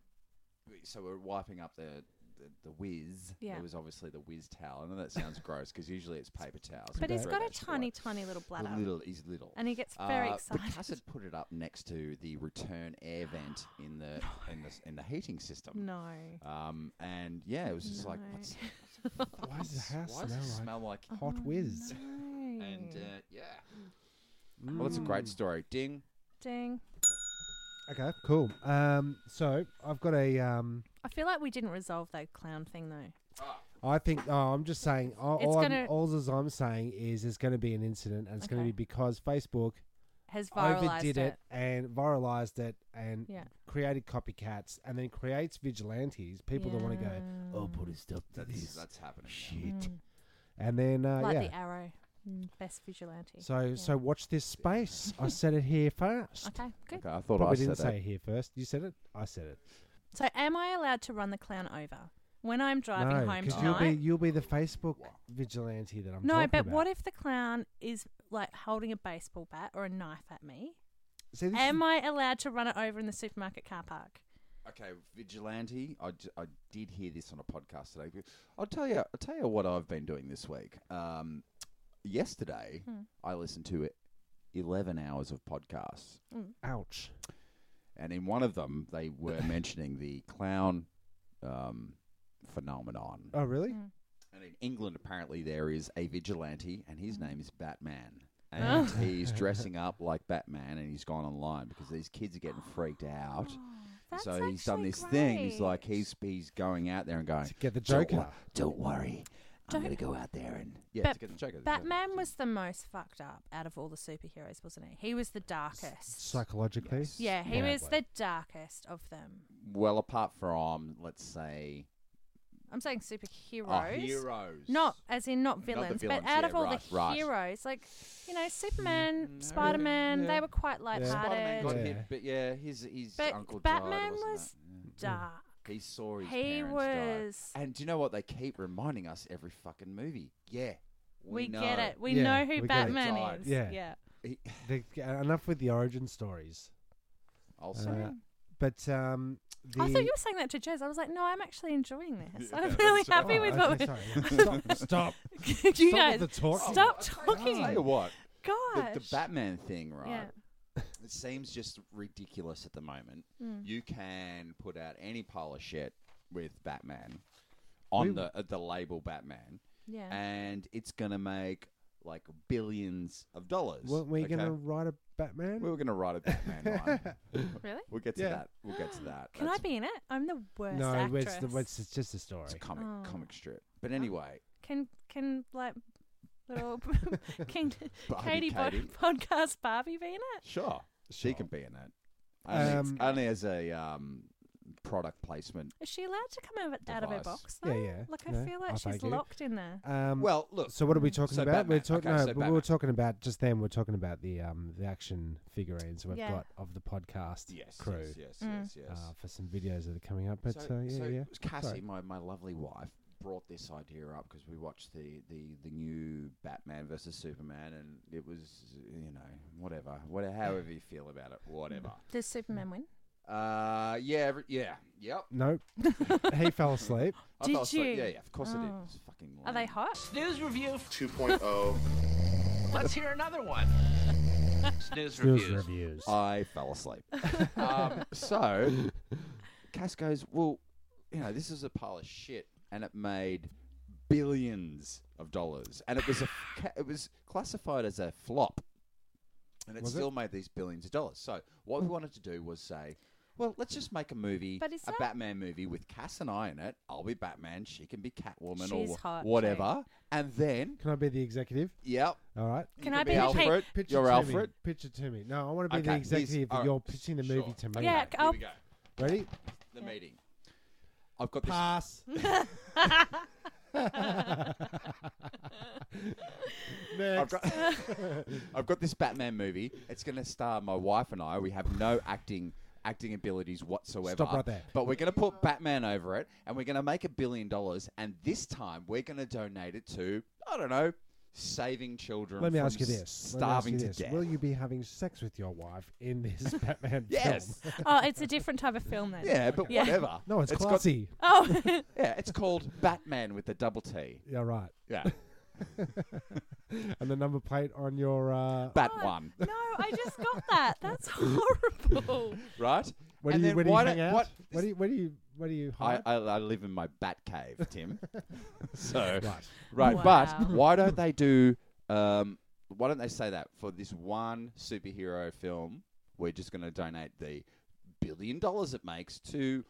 S3: we- so we're wiping up the the, the whiz.
S5: Yeah.
S3: It was obviously the whiz towel. I know that sounds gross because usually it's paper towels.
S5: But
S3: We
S5: he's
S3: throw
S5: got a
S3: that shit away.
S5: tiny, tiny little bladder.
S3: Little, he's little.
S5: And he gets very
S3: Uh,
S5: excited.
S3: But Cass had put it up next to the return air vent in
S5: [gasps]
S3: the in the s- in the heating system.
S5: [laughs] No.
S3: Um, and yeah, it was just like,
S5: No.
S3: what's,
S5: [laughs]
S4: Why does the house
S3: why does it
S4: smell
S3: smell like?
S4: like hot whiz?
S5: No.
S3: And
S4: Hmm.
S3: uh, yeah, well, that's a
S4: Mm.
S5: Mm.
S3: great story. Ding.
S5: Ding.
S4: Okay, cool. Um, so I've got a. Um,
S5: I feel like we didn't resolve that clown thing though.
S4: I think. Oh, I'm just saying. All,
S5: It's
S4: all,
S5: gonna-
S4: I'm, all as I'm saying is there's going to be an incident, and it's going
S5: Okay.
S4: to be because Facebook
S5: Has viralized
S4: overdid
S5: it.
S4: it. and viralized it and
S5: Yeah.
S4: created copycats and then creates vigilantes. People that want to go, oh, put a stop to
S3: That's
S4: this
S3: that's happening. now.
S4: [laughs] shit. And then, uh,
S5: Mm. like
S4: yeah.
S5: the arrow. Mm, best vigilante.
S4: So, so watch this space.
S5: [laughs]
S4: I said it here first.
S5: okay, good.
S3: Okay, I thought
S4: Probably
S3: I
S4: didn't
S3: said
S4: say it here first. You said it. I said it.
S5: So am I allowed to run the clown over when I'm driving
S4: no,
S5: home
S4: because
S5: tonight?
S4: you'll be you'll be the Facebook vigilante that I'm
S5: no,
S4: talking
S5: but
S4: about.
S5: what if the clown is like holding a baseball bat or a knife at me?
S4: See, this is-
S5: Am I allowed to run it over in the supermarket car park?
S3: that. Okay, vigilante. I, j- I did hear this on a podcast today. but I'll tell you. I'll tell you what I've been doing this week. Um, yesterday,
S4: Hmm.
S3: I listened to eleven hours of podcasts.
S4: ouch.
S3: and in one of them they [laughs] were mentioning the clown um, phenomenon.
S4: Oh, really?
S5: Mm.
S3: And in England, apparently, there is a vigilante, and
S5: Mm.
S3: his name is Batman.
S5: Oh. [laughs]
S3: And he's dressing up like Batman, and he's gone online because these kids are getting freaked out.
S5: [gasps] Oh, That's
S3: so he's done
S5: actually
S3: this thing. He's
S5: great.
S3: like he's he's going out there and going
S4: To get the
S3: "Don't
S4: Joker."
S3: wor- Don't, worry, I'm
S5: Don't-
S3: going to go out there and yeah,
S5: Bat-
S3: to get the Joker.
S5: Batman was the most fucked up out of all the superheroes, wasn't he? He was the darkest.
S4: Psychologically,
S5: Yeah, he
S4: Yeah.
S5: was the darkest of them.
S3: well, apart from let's say
S5: I'm saying superheroes.
S3: oh, heroes.
S5: Not as in not
S3: the
S5: villains,
S3: villains,
S5: but out
S3: yeah,
S5: of all
S3: right,
S5: the
S3: right.
S5: heroes, like you know, Superman, Spider Man,
S3: yeah.
S5: they were quite
S3: Spider-Man
S5: lighthearted.
S3: got
S4: Yeah.
S3: hit, but yeah, his his
S5: But
S3: uncle died.
S5: Batman
S3: wasn't
S5: was
S3: it? Yeah.
S5: Dark.
S3: He saw his
S5: He
S3: parents
S5: was-
S3: die. And do you know what? They keep reminding us every fucking movie. Yeah,
S5: We,
S3: we, know.
S5: get it. We
S4: Yeah,
S5: know
S4: we
S5: who
S4: get it.
S5: Batman
S3: Died.
S5: is.
S4: Yeah.
S5: yeah.
S3: He-
S4: They- enough with the origin stories.
S3: Also,
S4: Uh, but um, the,
S5: I thought you were saying that to Jez. I was like, no, I'm actually enjoying this.
S3: Yeah,
S5: I'm
S3: that's
S5: really
S3: right.
S5: happy
S4: Oh,
S5: with
S4: okay,
S5: what
S4: sorry. Stop! Stop!
S5: we're [laughs] you
S4: stop
S5: guys.
S4: with the talking.
S5: Stop Oh,
S3: I'll tell you
S5: talking.
S3: what,
S5: God.
S3: the, the Batman thing, right?
S5: Yeah. Mm-hmm.
S3: It seems just ridiculous at the moment.
S5: Mm,
S3: You can put out any pile of shit with Batman on the uh, the label Batman,
S5: Yeah.
S3: and it's gonna make like billions of dollars.
S4: Weren't we
S3: okay?
S4: gonna write a Batman?
S3: We were gonna write a Batman one.
S5: [laughs]
S3: [laughs]
S5: really?
S3: We'll get to
S4: Yeah.
S3: that. We'll get to that.
S5: Can
S3: That's-
S5: I be in it? I'm the worst
S4: no,
S5: actress.
S4: it's, the, it's it's just a story.
S3: It's a comic
S5: Oh.
S3: comic strip. But anyway,
S5: can can like
S3: [laughs]
S5: little [laughs]
S4: [laughs]
S5: can
S3: Barbie
S5: Katie, Bod-
S3: Katie.
S5: podcast Barbie be in it?
S3: sure, she can be in it. Only,
S4: Um,
S3: only as a um, product placement.
S5: Is she allowed to come out, out of her
S3: Device.
S5: box though?
S4: Yeah, yeah.
S5: Like I
S4: No,
S5: feel like
S4: I
S5: she's
S4: thank you.
S5: locked in there.
S4: Um,
S3: Well, look,
S4: so what are we talking
S3: So
S4: about?
S3: Batman.
S4: We're talking.
S3: Okay,
S4: no,
S3: so
S4: but we
S3: Batman.
S4: were talking about just then. We're talking about the um the action figurines we've
S5: Yeah.
S4: got of the podcast
S3: yes,
S4: crew
S3: yes, yes,
S5: Mm.
S3: yes, yes.
S4: Uh, for some videos that are coming up. But uh, yeah,
S3: so
S4: yeah.
S3: Cassie,
S4: Sorry.
S3: my, my lovely wife, brought this idea up because we watched the, the, the new Batman versus Superman, and it was you know whatever, whatever, however you feel about it,
S5: [laughs]
S3: whatever.
S5: Does Superman win?
S3: Uh, yeah, every, yeah, yep.
S5: [laughs]
S4: Nope. he fell asleep.
S3: I
S5: Did
S3: felt so-
S5: you?
S3: Yeah, yeah, of course I did.
S5: Oh.
S3: It's fucking.
S5: Are
S3: lame.
S5: they hot?
S7: Snooze review 2.0. Let's hear another one. Snooze
S4: News
S7: review.
S4: reviews.
S3: I fell
S5: [laughs]
S3: asleep. um, so Cass goes, Well, you know, this is a pile of shit, and it made billions of dollars, and it was
S4: [sighs]
S3: a ca- it was classified as a flop, and it
S4: Was it? Hmm.
S3: still made these billions of dollars. So what we wanted to do was say. Well, let's just make a movie,
S5: But is
S3: a
S5: that-
S3: Batman movie with Cass and I in it. I'll be Batman, she can be Catwoman
S5: She's
S3: or
S5: hot,
S3: whatever. And then,
S4: Can I be the executive?
S3: yep,
S4: All right.
S3: you
S5: Can
S3: could
S5: I
S3: be
S5: be the pink-
S3: Alfred?
S4: Pitch it
S3: You're
S4: to
S3: Alfred.
S4: Me. Pitch it to me. No, I want to be the
S3: Okay, this-
S4: executive.
S3: all
S4: that
S3: right,
S4: You're pitching the
S3: sure.
S4: movie to me.
S5: Yeah,
S3: Okay,
S5: I'll-
S3: here we go.
S4: Ready?
S3: The meeting. I've got this
S5: [laughs]
S4: Pass. [laughs]
S3: I've
S4: Next.
S3: got, I've got [laughs] this Batman movie. It's going to star my wife and I. We have no acting acting abilities whatsoever.
S4: Stop right there.
S3: But we're going to put Batman over it, and we're going to make a billion dollars. And this time, we're going to donate it to I don't know saving children.
S4: Let me
S3: from
S4: ask you
S3: s-
S4: this: Let me ask
S3: starving
S4: you
S3: to
S4: this.
S3: death.
S4: Will you be having sex with your wife
S3: [laughs]
S4: in this Batman
S3: Yes.
S4: film?
S5: Oh, it's a different type of film then.
S3: [laughs] yeah, but
S5: Yeah.
S3: whatever.
S4: No, it's,
S3: It's got-
S4: classy.
S5: Oh, [laughs]
S3: Yeah, it's called Batman with the double T.
S4: yeah, right.
S3: Yeah,
S5: [laughs]
S4: And the number plate on your uh,
S3: Bat
S5: Oh.
S3: one,
S5: no, I just got that. That's horrible.
S3: right?
S4: where do
S3: and
S4: you
S3: then
S4: where do you
S3: why
S4: hang
S3: don't-
S4: out?
S3: what-
S4: where do you where do you where do you
S3: I,
S4: hide?
S3: I, I live in my bat cave, Tim. [laughs] so
S4: right.
S3: right,
S5: Wow. [laughs]
S3: but why don't they do? Um, why don't they say that for this one superhero film? We're just going to donate the billion dollars it makes to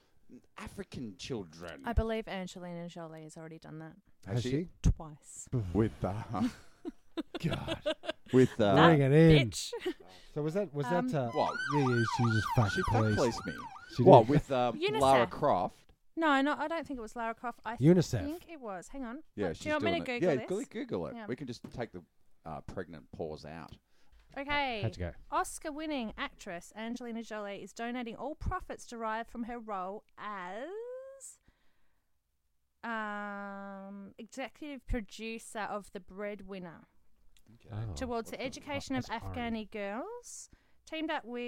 S3: African children.
S5: I believe Angelina Jolie has already done that
S4: Has she?
S5: twice.
S3: with uh,
S4: God,
S3: [laughs] with uh,
S4: bring it in.
S5: Bitch.
S4: So was that was
S5: Um,
S4: that? Uh,
S3: what?
S4: Yeah, yeah, she just fucked
S3: She fuck [laughs]
S4: police.
S3: policed me.
S4: She did.
S3: What with
S5: [laughs]
S3: um, Lara
S5: UNICEF.
S3: Croft?
S5: No, no, I don't think it was Lara Croft. I
S4: UNICEF.
S5: think it was. Hang on.
S3: Yeah,
S5: Oh,
S3: she's
S5: do you want
S3: doing
S5: me to
S3: it.
S5: Google
S3: yeah,
S5: this?
S3: Goo- Google it.
S5: Yeah.
S3: We can just take the uh, pregnant pause out.
S5: Okay.
S4: How'd you go?
S5: Oscar winning actress Angelina Jolie is donating all profits derived from her role as um, executive producer of The Breadwinner
S4: Oh.
S5: towards the education of
S4: That's
S5: Afghani girls. Teamed up with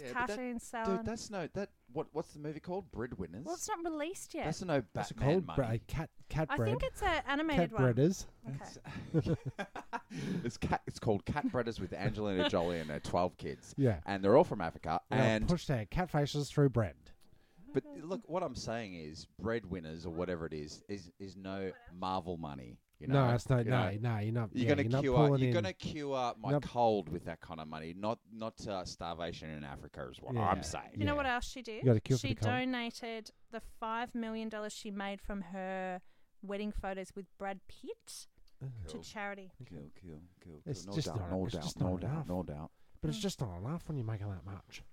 S3: Yeah, but that-
S5: Cartoon Salon.
S3: Dude, that's no that. What what's the movie called? Breadwinners.
S5: Um, well, it's not released yet.
S3: That's no
S4: That's
S3: Batman
S4: called
S3: money.
S4: bre- cat cat
S5: I
S4: bread.
S5: think it's an animated
S4: cat
S5: one.
S4: breaders.
S5: Okay.
S3: [laughs] it's cat. It's called Cat Breeders with Angelina Jolie and her twelve kids,
S4: Yeah.
S3: and they're all from Africa.
S4: And
S3: And
S4: push their cat faces through bread.
S3: but look, what I'm saying is, breadwinners or whatever it is is is no Marvel money. You know,
S4: no, it's no,
S3: You
S4: no,
S3: know?
S4: no. You're not.
S3: You're
S4: yeah,
S3: gonna
S4: not
S3: cure. You're
S4: pulling in-
S3: gonna cure my
S4: Nope.
S3: cold with that kind of money, not not uh, starvation in Africa is what
S4: Yeah.
S3: I'm saying.
S5: You know what else she
S4: You got a
S5: did?
S4: cure for
S5: She
S4: the cold.
S5: donated the five million dollars she made from her wedding photos with Brad Pitt
S4: Oh.
S5: to charity.
S3: Cool, cool, cool.
S4: It's
S3: cool.
S4: just not-
S3: no
S4: it's
S3: doubt,
S4: just
S3: no
S4: not
S3: doubt,
S4: enough.
S3: no doubt.
S4: But it's just not enough when you're making that much.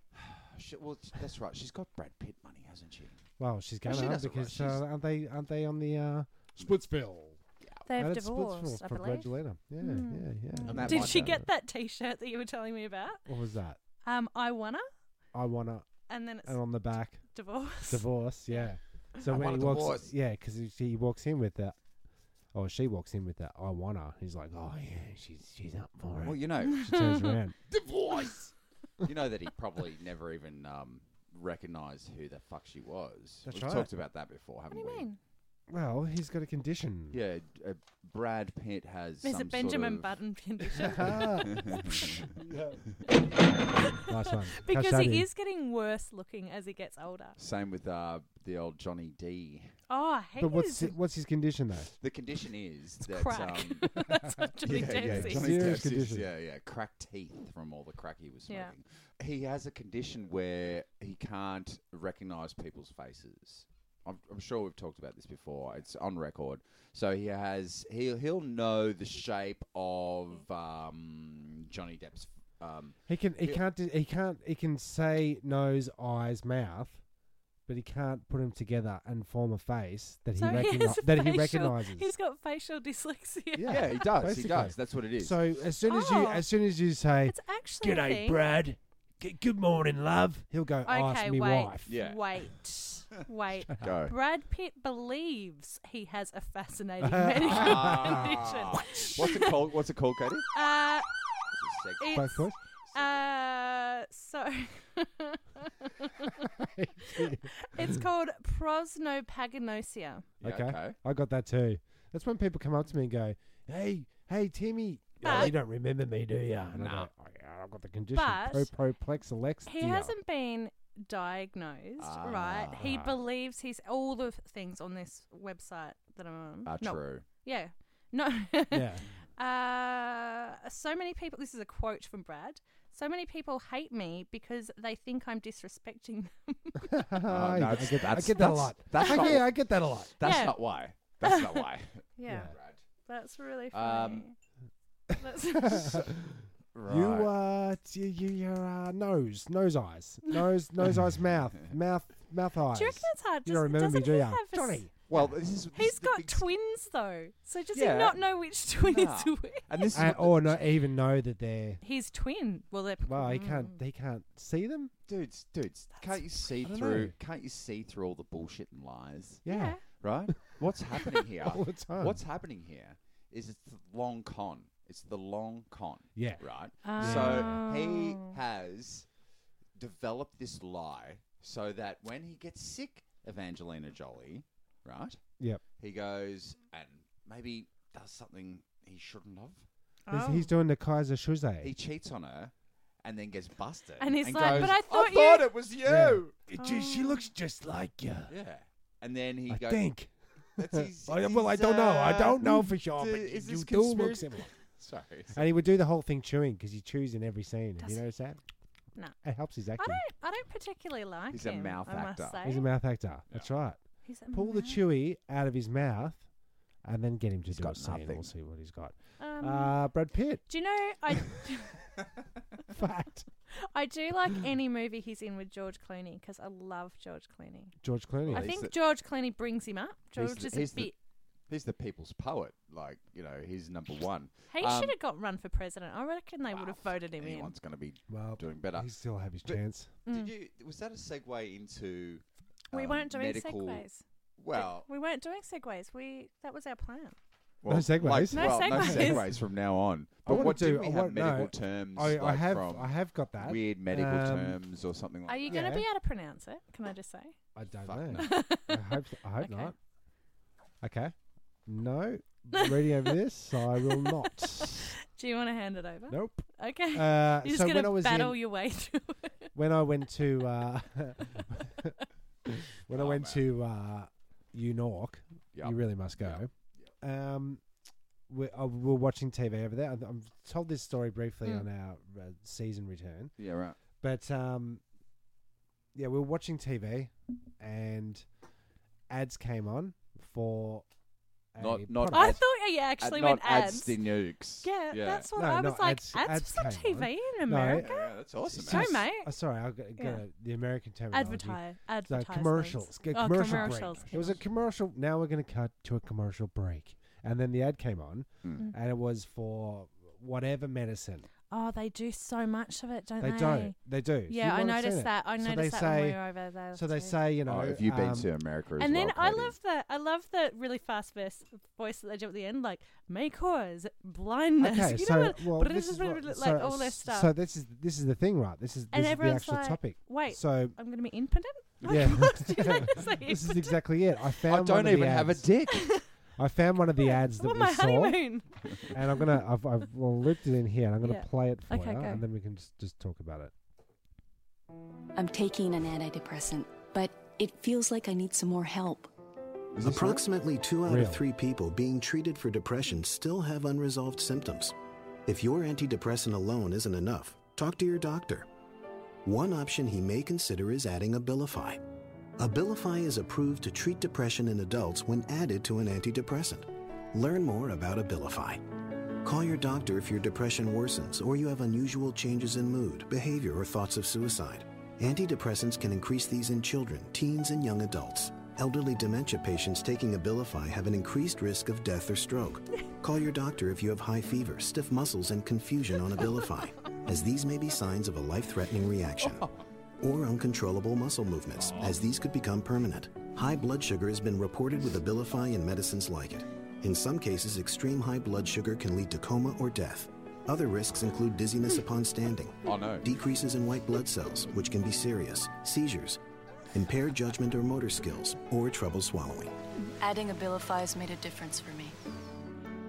S3: She, well, t- that's right. She's got Brad Pitt money, hasn't she?
S5: Mm.
S4: Well, she's going
S3: she
S4: on
S3: doesn't
S4: because
S3: rush, she's-
S4: uh, aren't they aren't they on the uh, Splitsville?
S5: They've
S4: And it's Splitsville
S5: divorced, I
S4: for
S5: believe. Hmm.
S4: Brangelina. Yeah, yeah, yeah.
S3: And that
S5: Did
S3: might
S5: she
S3: be-
S5: get that T-shirt that you were telling me about?
S4: What was that?
S5: Um, I wanna,
S4: I wanna
S5: and then it's
S4: and on the back
S5: divorce.
S4: divorce. Yeah. So
S3: I
S4: when
S3: wanna
S4: he walks,
S3: divorce.
S4: yeah, because he walks in with that, or she walks in with that. I wanna. He's like, oh yeah, she's she's up for it.
S3: Well, you
S5: [laughs]
S3: know,
S4: she turns around.
S3: divorce. you know that he probably never even um, recognized who the fuck she was.
S4: That's
S3: We've
S4: right.
S3: talked about that before,
S5: What
S3: haven't
S5: do you
S3: we?
S5: mean?
S4: Well, he's got a condition.
S3: [laughs]
S4: [laughs]
S3: Yeah, uh, Brad Pitt has.
S5: There's
S3: some
S5: a Benjamin
S3: sort
S4: [laughs]
S5: Button condition
S4: Ah. nice one.
S5: because he is getting worse looking as he gets older.
S3: of, Same with uh, the old Johnny D.
S5: Oh, hey,
S4: But what's hi- what's his condition though?
S3: The condition is that
S5: crack?
S3: um,
S5: [laughs] That's
S4: [laughs]
S5: what [laughs] Johnny
S3: yeah, yeah,
S5: Depp
S4: Johnny
S5: is.
S3: Johnny
S4: Serious
S3: Depp's is-
S4: condition.
S3: yeah, yeah, cracked teeth from all the crack he was
S5: Yeah.
S3: smoking. He has a condition where he can't recognize people's faces. I'm, I'm sure we've talked about this before. It's on record. So he has he'll he'll know the shape of um, Johnny Depp's. Um,
S4: He can he
S3: Yeah.
S4: can't do- he can't he can say nose, eyes, mouth, but he can't put them together and form a face that he,
S5: So he
S4: recogni-
S5: has
S4: that he
S5: facial-
S4: recognizes.
S5: He's got facial dyslexia.
S3: yeah, he does.
S4: basically.
S3: He does. That's what it is.
S4: So as soon as you
S5: Oh.
S4: as soon as you say
S5: It's actually a
S6: G'day,
S5: thing.
S6: Brad. G- good morning, love.
S4: he'll go ask
S5: Okay,
S4: me
S5: wait.
S4: wife.
S5: [laughs]
S3: yeah,
S5: Wait, wait.
S3: go.
S5: Brad Pitt believes he has
S4: [laughs]
S5: a fascinating medical [laughs] condition.
S3: Ah. What's it called? What's it called, Katie?
S5: Uh,
S3: It's a seg-
S5: it's,
S4: Both [laughs] foot.
S5: uh, so [laughs] it's called prosnopagnosia.
S3: yeah,
S4: okay. I got that too. That's when people come up to me and go, "Hey, hey, Timmy."
S5: But-
S4: "Oh, you don't remember me, do you? And I
S6: Nah.
S4: go, oh, yeah, I've got the condition.
S5: But-
S4: Proproplexalexia.
S5: He hasn't been diagnosed, right? He
S3: Ah.
S5: believes he's all the things on this website that I'm on.
S3: Ah,
S5: no,
S3: true.
S5: Yeah. No.
S4: [laughs] Yeah.
S5: [laughs]
S4: [laughs]
S5: Uh, so many people. This is a quote from Brad. So many people hate me because they think I'm disrespecting them.
S4: I,
S3: Ah, no,
S4: Uh, I
S3: it's-
S4: get, I
S3: that's-
S4: get that a
S3: that's-
S4: lot.
S3: that's
S4: I,
S3: not-
S4: get, I get that a lot.
S3: That's
S5: Yeah.
S3: not why. That's not
S5: [laughs]
S3: why.
S5: Yeah,
S4: Yeah.
S5: that's really funny.
S3: Um,
S5: That's- [laughs]
S4: You uh, t- you your uh, nose, nose
S5: [laughs]
S4: eyes, nose, nose eyes, mouth, mouth, mouth eyes.
S5: do you reckon it's hard?
S4: You don't
S5: Does-
S4: remember me,
S5: doesn't
S4: do
S5: he
S4: you?
S5: have a s-
S4: Johnny.
S3: Well, this is. this is
S5: He's
S3: the
S5: got
S3: big-
S5: twins though, so does
S3: Yeah.
S5: he not know which [laughs] twin is
S3: Nah.
S5: which?
S3: And this is
S4: Uh,
S3: what the-
S4: or not even know that they're.
S5: He's twin. Well, they're
S4: Well, he can't.
S5: Mm.
S4: He can't see them.
S3: dudes, dudes, can't you see
S4: I don't
S3: through?
S4: know.
S3: Can't you see through all the bullshit and lies?
S4: Yeah.
S5: Yeah.
S4: [laughs]
S3: Right? What's happening here?
S4: Oh, All the time.
S3: What's happening here is it's the long con. It's the long con.
S4: Yeah.
S3: Right.
S4: Oh.
S5: Mm.
S3: So he has developed this lie so that when he gets sick of Angelina Jolie, right,
S4: Yep.
S3: he goes and maybe does something he shouldn't have.
S4: He's,
S5: Oh.
S4: he's doing the Kaiser Schuze.
S3: He cheats on her and then gets busted.
S5: And he's like, "But I thought you-"
S3: it was you.
S5: Oh.
S6: It ju- she looks just like you.
S3: Yeah. And then he
S6: I
S3: goes.
S6: think.
S3: That's his,
S6: I,
S3: his,
S6: well, I don't know. I
S3: uh,
S6: don't know
S3: [laughs]
S6: for sure.
S3: d-
S6: But
S3: is
S6: you
S3: this
S6: do look
S3: conspiracy-
S6: similar.
S3: [laughs] Sorry.
S4: and he would do the whole thing chewing because he chews in every scene. Have
S5: Does
S4: you
S5: he?
S4: noticed that?
S5: No.
S4: It helps his
S5: I
S4: acting.
S5: don't. I don't particularly like
S3: He's a
S5: him.
S3: mouth
S5: I must
S3: actor.
S5: say.
S4: He's a mouth actor. That's right.
S5: He's a
S4: Pull the
S5: mouth-
S4: chewy out of his mouth and then get him to do
S3: got
S4: a scene. We'll
S3: nothing.
S4: see what he's got.
S5: Um,
S4: uh, Brad Pitt. [laughs]
S5: do you know I?
S3: [laughs]
S5: [laughs]
S4: Fact.
S5: I do
S3: [clears throat]
S5: like any movie he's in with George Clooney because I love George Clooney.
S4: George Clooney.
S5: I
S3: he's
S5: think
S3: the-
S5: George Clooney brings him up.
S3: He's
S5: George
S3: the-
S5: is a
S3: he's the-
S5: bit.
S3: He's the people's poet. Like, you know, he's number
S5: [laughs]
S3: one.
S5: He
S3: Um,
S5: should have got run for president. I reckon they would have
S3: Well,
S5: voted him in.
S3: Anyone's going to be
S4: well,
S3: doing better.
S4: he still have his
S3: But-
S4: chance.
S5: Mm.
S3: Did you? Was that a segue into?
S5: We
S3: um,
S5: weren't doing
S3: medical,
S5: segues.
S3: Well,
S5: we weren't doing segues. We that was our plan.
S3: well,
S4: segues?
S3: like-
S5: No
S3: well, No
S5: segues.
S3: segues from now on.
S4: I
S3: But
S4: wanna
S3: what do
S4: do-
S3: we
S4: I
S3: have
S4: want- no,
S3: medical terms?
S4: I, I
S3: like
S4: have.
S3: from
S4: I have got that.
S3: weird medical
S4: Um,
S3: terms or something like.
S5: Are you going to
S4: Yeah.
S5: be able to pronounce it? Can I just say? [laughs]
S4: I don't
S3: Fuck
S4: know.
S3: no.
S4: I hope. I hope
S5: Okay.
S4: not. Okay. No. Reading over this, I will not.
S5: [laughs] Do you want to hand it over?
S4: Nope.
S5: Okay.
S4: Uh,
S5: [laughs] You're
S4: so
S5: just
S4: when I
S5: going to
S4: was
S5: battle
S4: in,
S5: your way [laughs] through it.
S4: when I went to uh, [laughs] when I
S3: Oh,
S4: went
S3: man.
S4: to uh, Unork,
S3: Yep.
S4: you really must go. Um, we uh, we're watching TV over there. I- I'm told this story briefly
S5: Mm.
S4: on our uh, season return,
S3: Yeah, right.
S4: but um, yeah, we were watching TV and ads came on for a
S3: Not- not
S4: product.
S5: I
S3: ads.
S5: thought yeah,
S3: Ad-
S5: actually
S3: not
S5: went ads.
S3: the nukes.
S5: Yeah, that's what
S4: No,
S5: I
S4: no,
S5: was like.
S4: ads-
S5: Ads, was on
S4: ads came on.
S5: TV in
S4: No,
S5: America.
S3: yeah, that's awesome.
S5: So
S3: man.
S5: Sorry, mate.
S4: Oh, sorry, I got, got
S5: Yeah.
S4: a- the American terminology.
S5: Advertise,
S4: So
S5: advertise.
S4: commercials. Get
S5: Oh,
S4: commercial break.
S5: commercials.
S4: It was a commercial. Now we're going to cut to a commercial break, and then the ad came on,
S3: Mm.
S4: and it was for whatever medicine.
S5: Oh, they do so much of it, don't
S4: They
S5: they?
S4: don't. They do.
S5: Yeah,
S4: You
S5: I
S4: might have seen
S5: noticed
S4: it.
S5: that. I
S4: So they
S5: noticed that when we
S4: say-
S5: were over there.
S4: So they
S5: too.
S4: say, you know,
S3: Oh, have you been
S4: um,
S3: to America? as
S5: And then
S3: well,
S5: I
S3: Katie?
S5: love the I love the really fast verse, voice that they do at the end, like may cause blindness.
S4: Okay,
S5: you know
S4: so
S5: what-
S4: well,
S5: but it
S4: this
S5: is
S4: is
S5: really,
S4: what-
S5: really,
S4: so,
S5: like all this stuff.
S4: So this is this is the thing, right? This is
S5: and
S4: this is the
S5: everyone's
S4: actual
S5: like,
S4: topic.
S5: wait,
S4: So
S5: I'm going to be impotent. [laughs] Like,
S4: yeah,
S5: what did they
S4: [laughs]
S5: say?
S4: this is exactly it. I
S3: I
S4: found. one
S3: don't
S4: of the
S3: even have a
S4: ads.
S3: dick.
S4: I found one of
S5: [laughs]
S4: the ads that
S5: Well,
S4: we
S5: my
S4: saw.
S5: honeymoon.
S4: and I'm gonna I've, I've well, looped it in here, and I'm gonna
S5: Yeah.
S4: play it for
S5: Okay,
S4: you,
S5: go.
S4: and then we can just just talk about it.
S8: I'm taking an antidepressant, but it feels like I need some more help.
S5: [laughs]
S9: Approximately two out
S4: Real.
S9: of three people being treated for depression still have unresolved symptoms. If your antidepressant alone isn't enough, talk to your doctor. One option he may consider is adding Abilify. Abilify is approved to treat depression in adults when added to an antidepressant. Learn more about Abilify. Call your doctor if your depression worsens or you have unusual changes in mood, behavior, or thoughts of suicide. Antidepressants can increase these in children, teens, and young adults. Elderly dementia patients taking Abilify have an increased risk of death or stroke. Call your doctor if you have high fever, stiff muscles, and confusion on Abilify, as these may be signs of a life threatening reaction. Or uncontrollable muscle movements, as these could become permanent. High blood sugar has been reported with Abilify and medicines like it. In some cases, extreme high blood sugar can lead to coma or death. Other risks include dizziness upon standing,
S3: Oh no.
S9: decreases in white blood cells, which can be serious, seizures, impaired judgment or motor skills, or trouble swallowing.
S8: Adding Abilify has made a difference for me.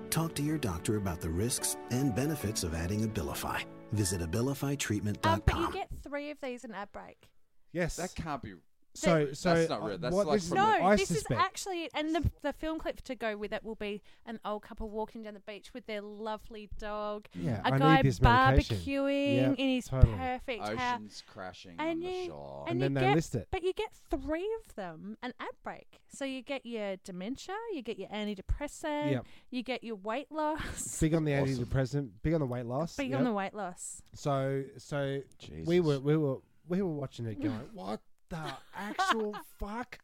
S9: Talk to your doctor about the risks and benefits of adding Abilify. Visit
S5: Um, but you
S9: AbilifyTreatment.com.
S5: get three of these in ad break.
S4: Yes.
S3: That can't be.
S4: so so
S3: that's not real.
S4: uh,
S3: That's
S4: what
S3: like
S4: this,
S3: from
S5: No,
S4: I
S5: this
S4: suspect,
S5: is actually, and the the film clip to go with it will be an old couple walking down the beach with their lovely dog,
S4: yeah,
S5: a
S4: I
S5: guy
S4: need this medication.
S5: barbecuing
S4: Yep,
S5: in his
S4: totally.
S5: perfect house,
S3: Oceans crashing on
S5: and
S3: the
S5: you
S3: shore.
S4: And
S5: you
S4: then they
S5: get,
S4: list it.
S5: but you get three of them an ad break. So you get your dementia, you get your antidepressant,
S4: Yep.
S5: you get your weight loss,
S4: Big on the
S3: Awesome.
S4: antidepressant, big on the weight loss.
S5: big
S4: yep.
S5: on the weight loss.
S4: So so
S3: Jesus.
S4: we were we were we were watching it going, [laughs] what the
S5: [laughs]
S4: actual fuck?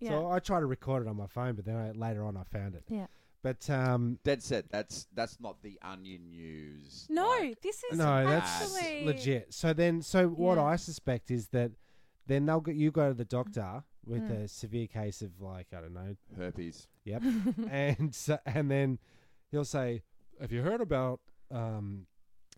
S5: Yeah,
S4: So I tried to record it on my phone, but then I, later on I found it.
S5: yeah.
S4: But um,
S3: Dead set. That's that's not the Onion News.
S5: No,
S3: like-
S5: this is
S4: no, that's
S5: actually [laughs]
S4: legit. So then, so what
S5: Yeah. Mm.
S4: I suspect is that then they'll get you go to the doctor with a severe case of like I don't know, [laughs]
S3: herpes.
S4: yep, and so, and then he'll say, "Have you heard about um,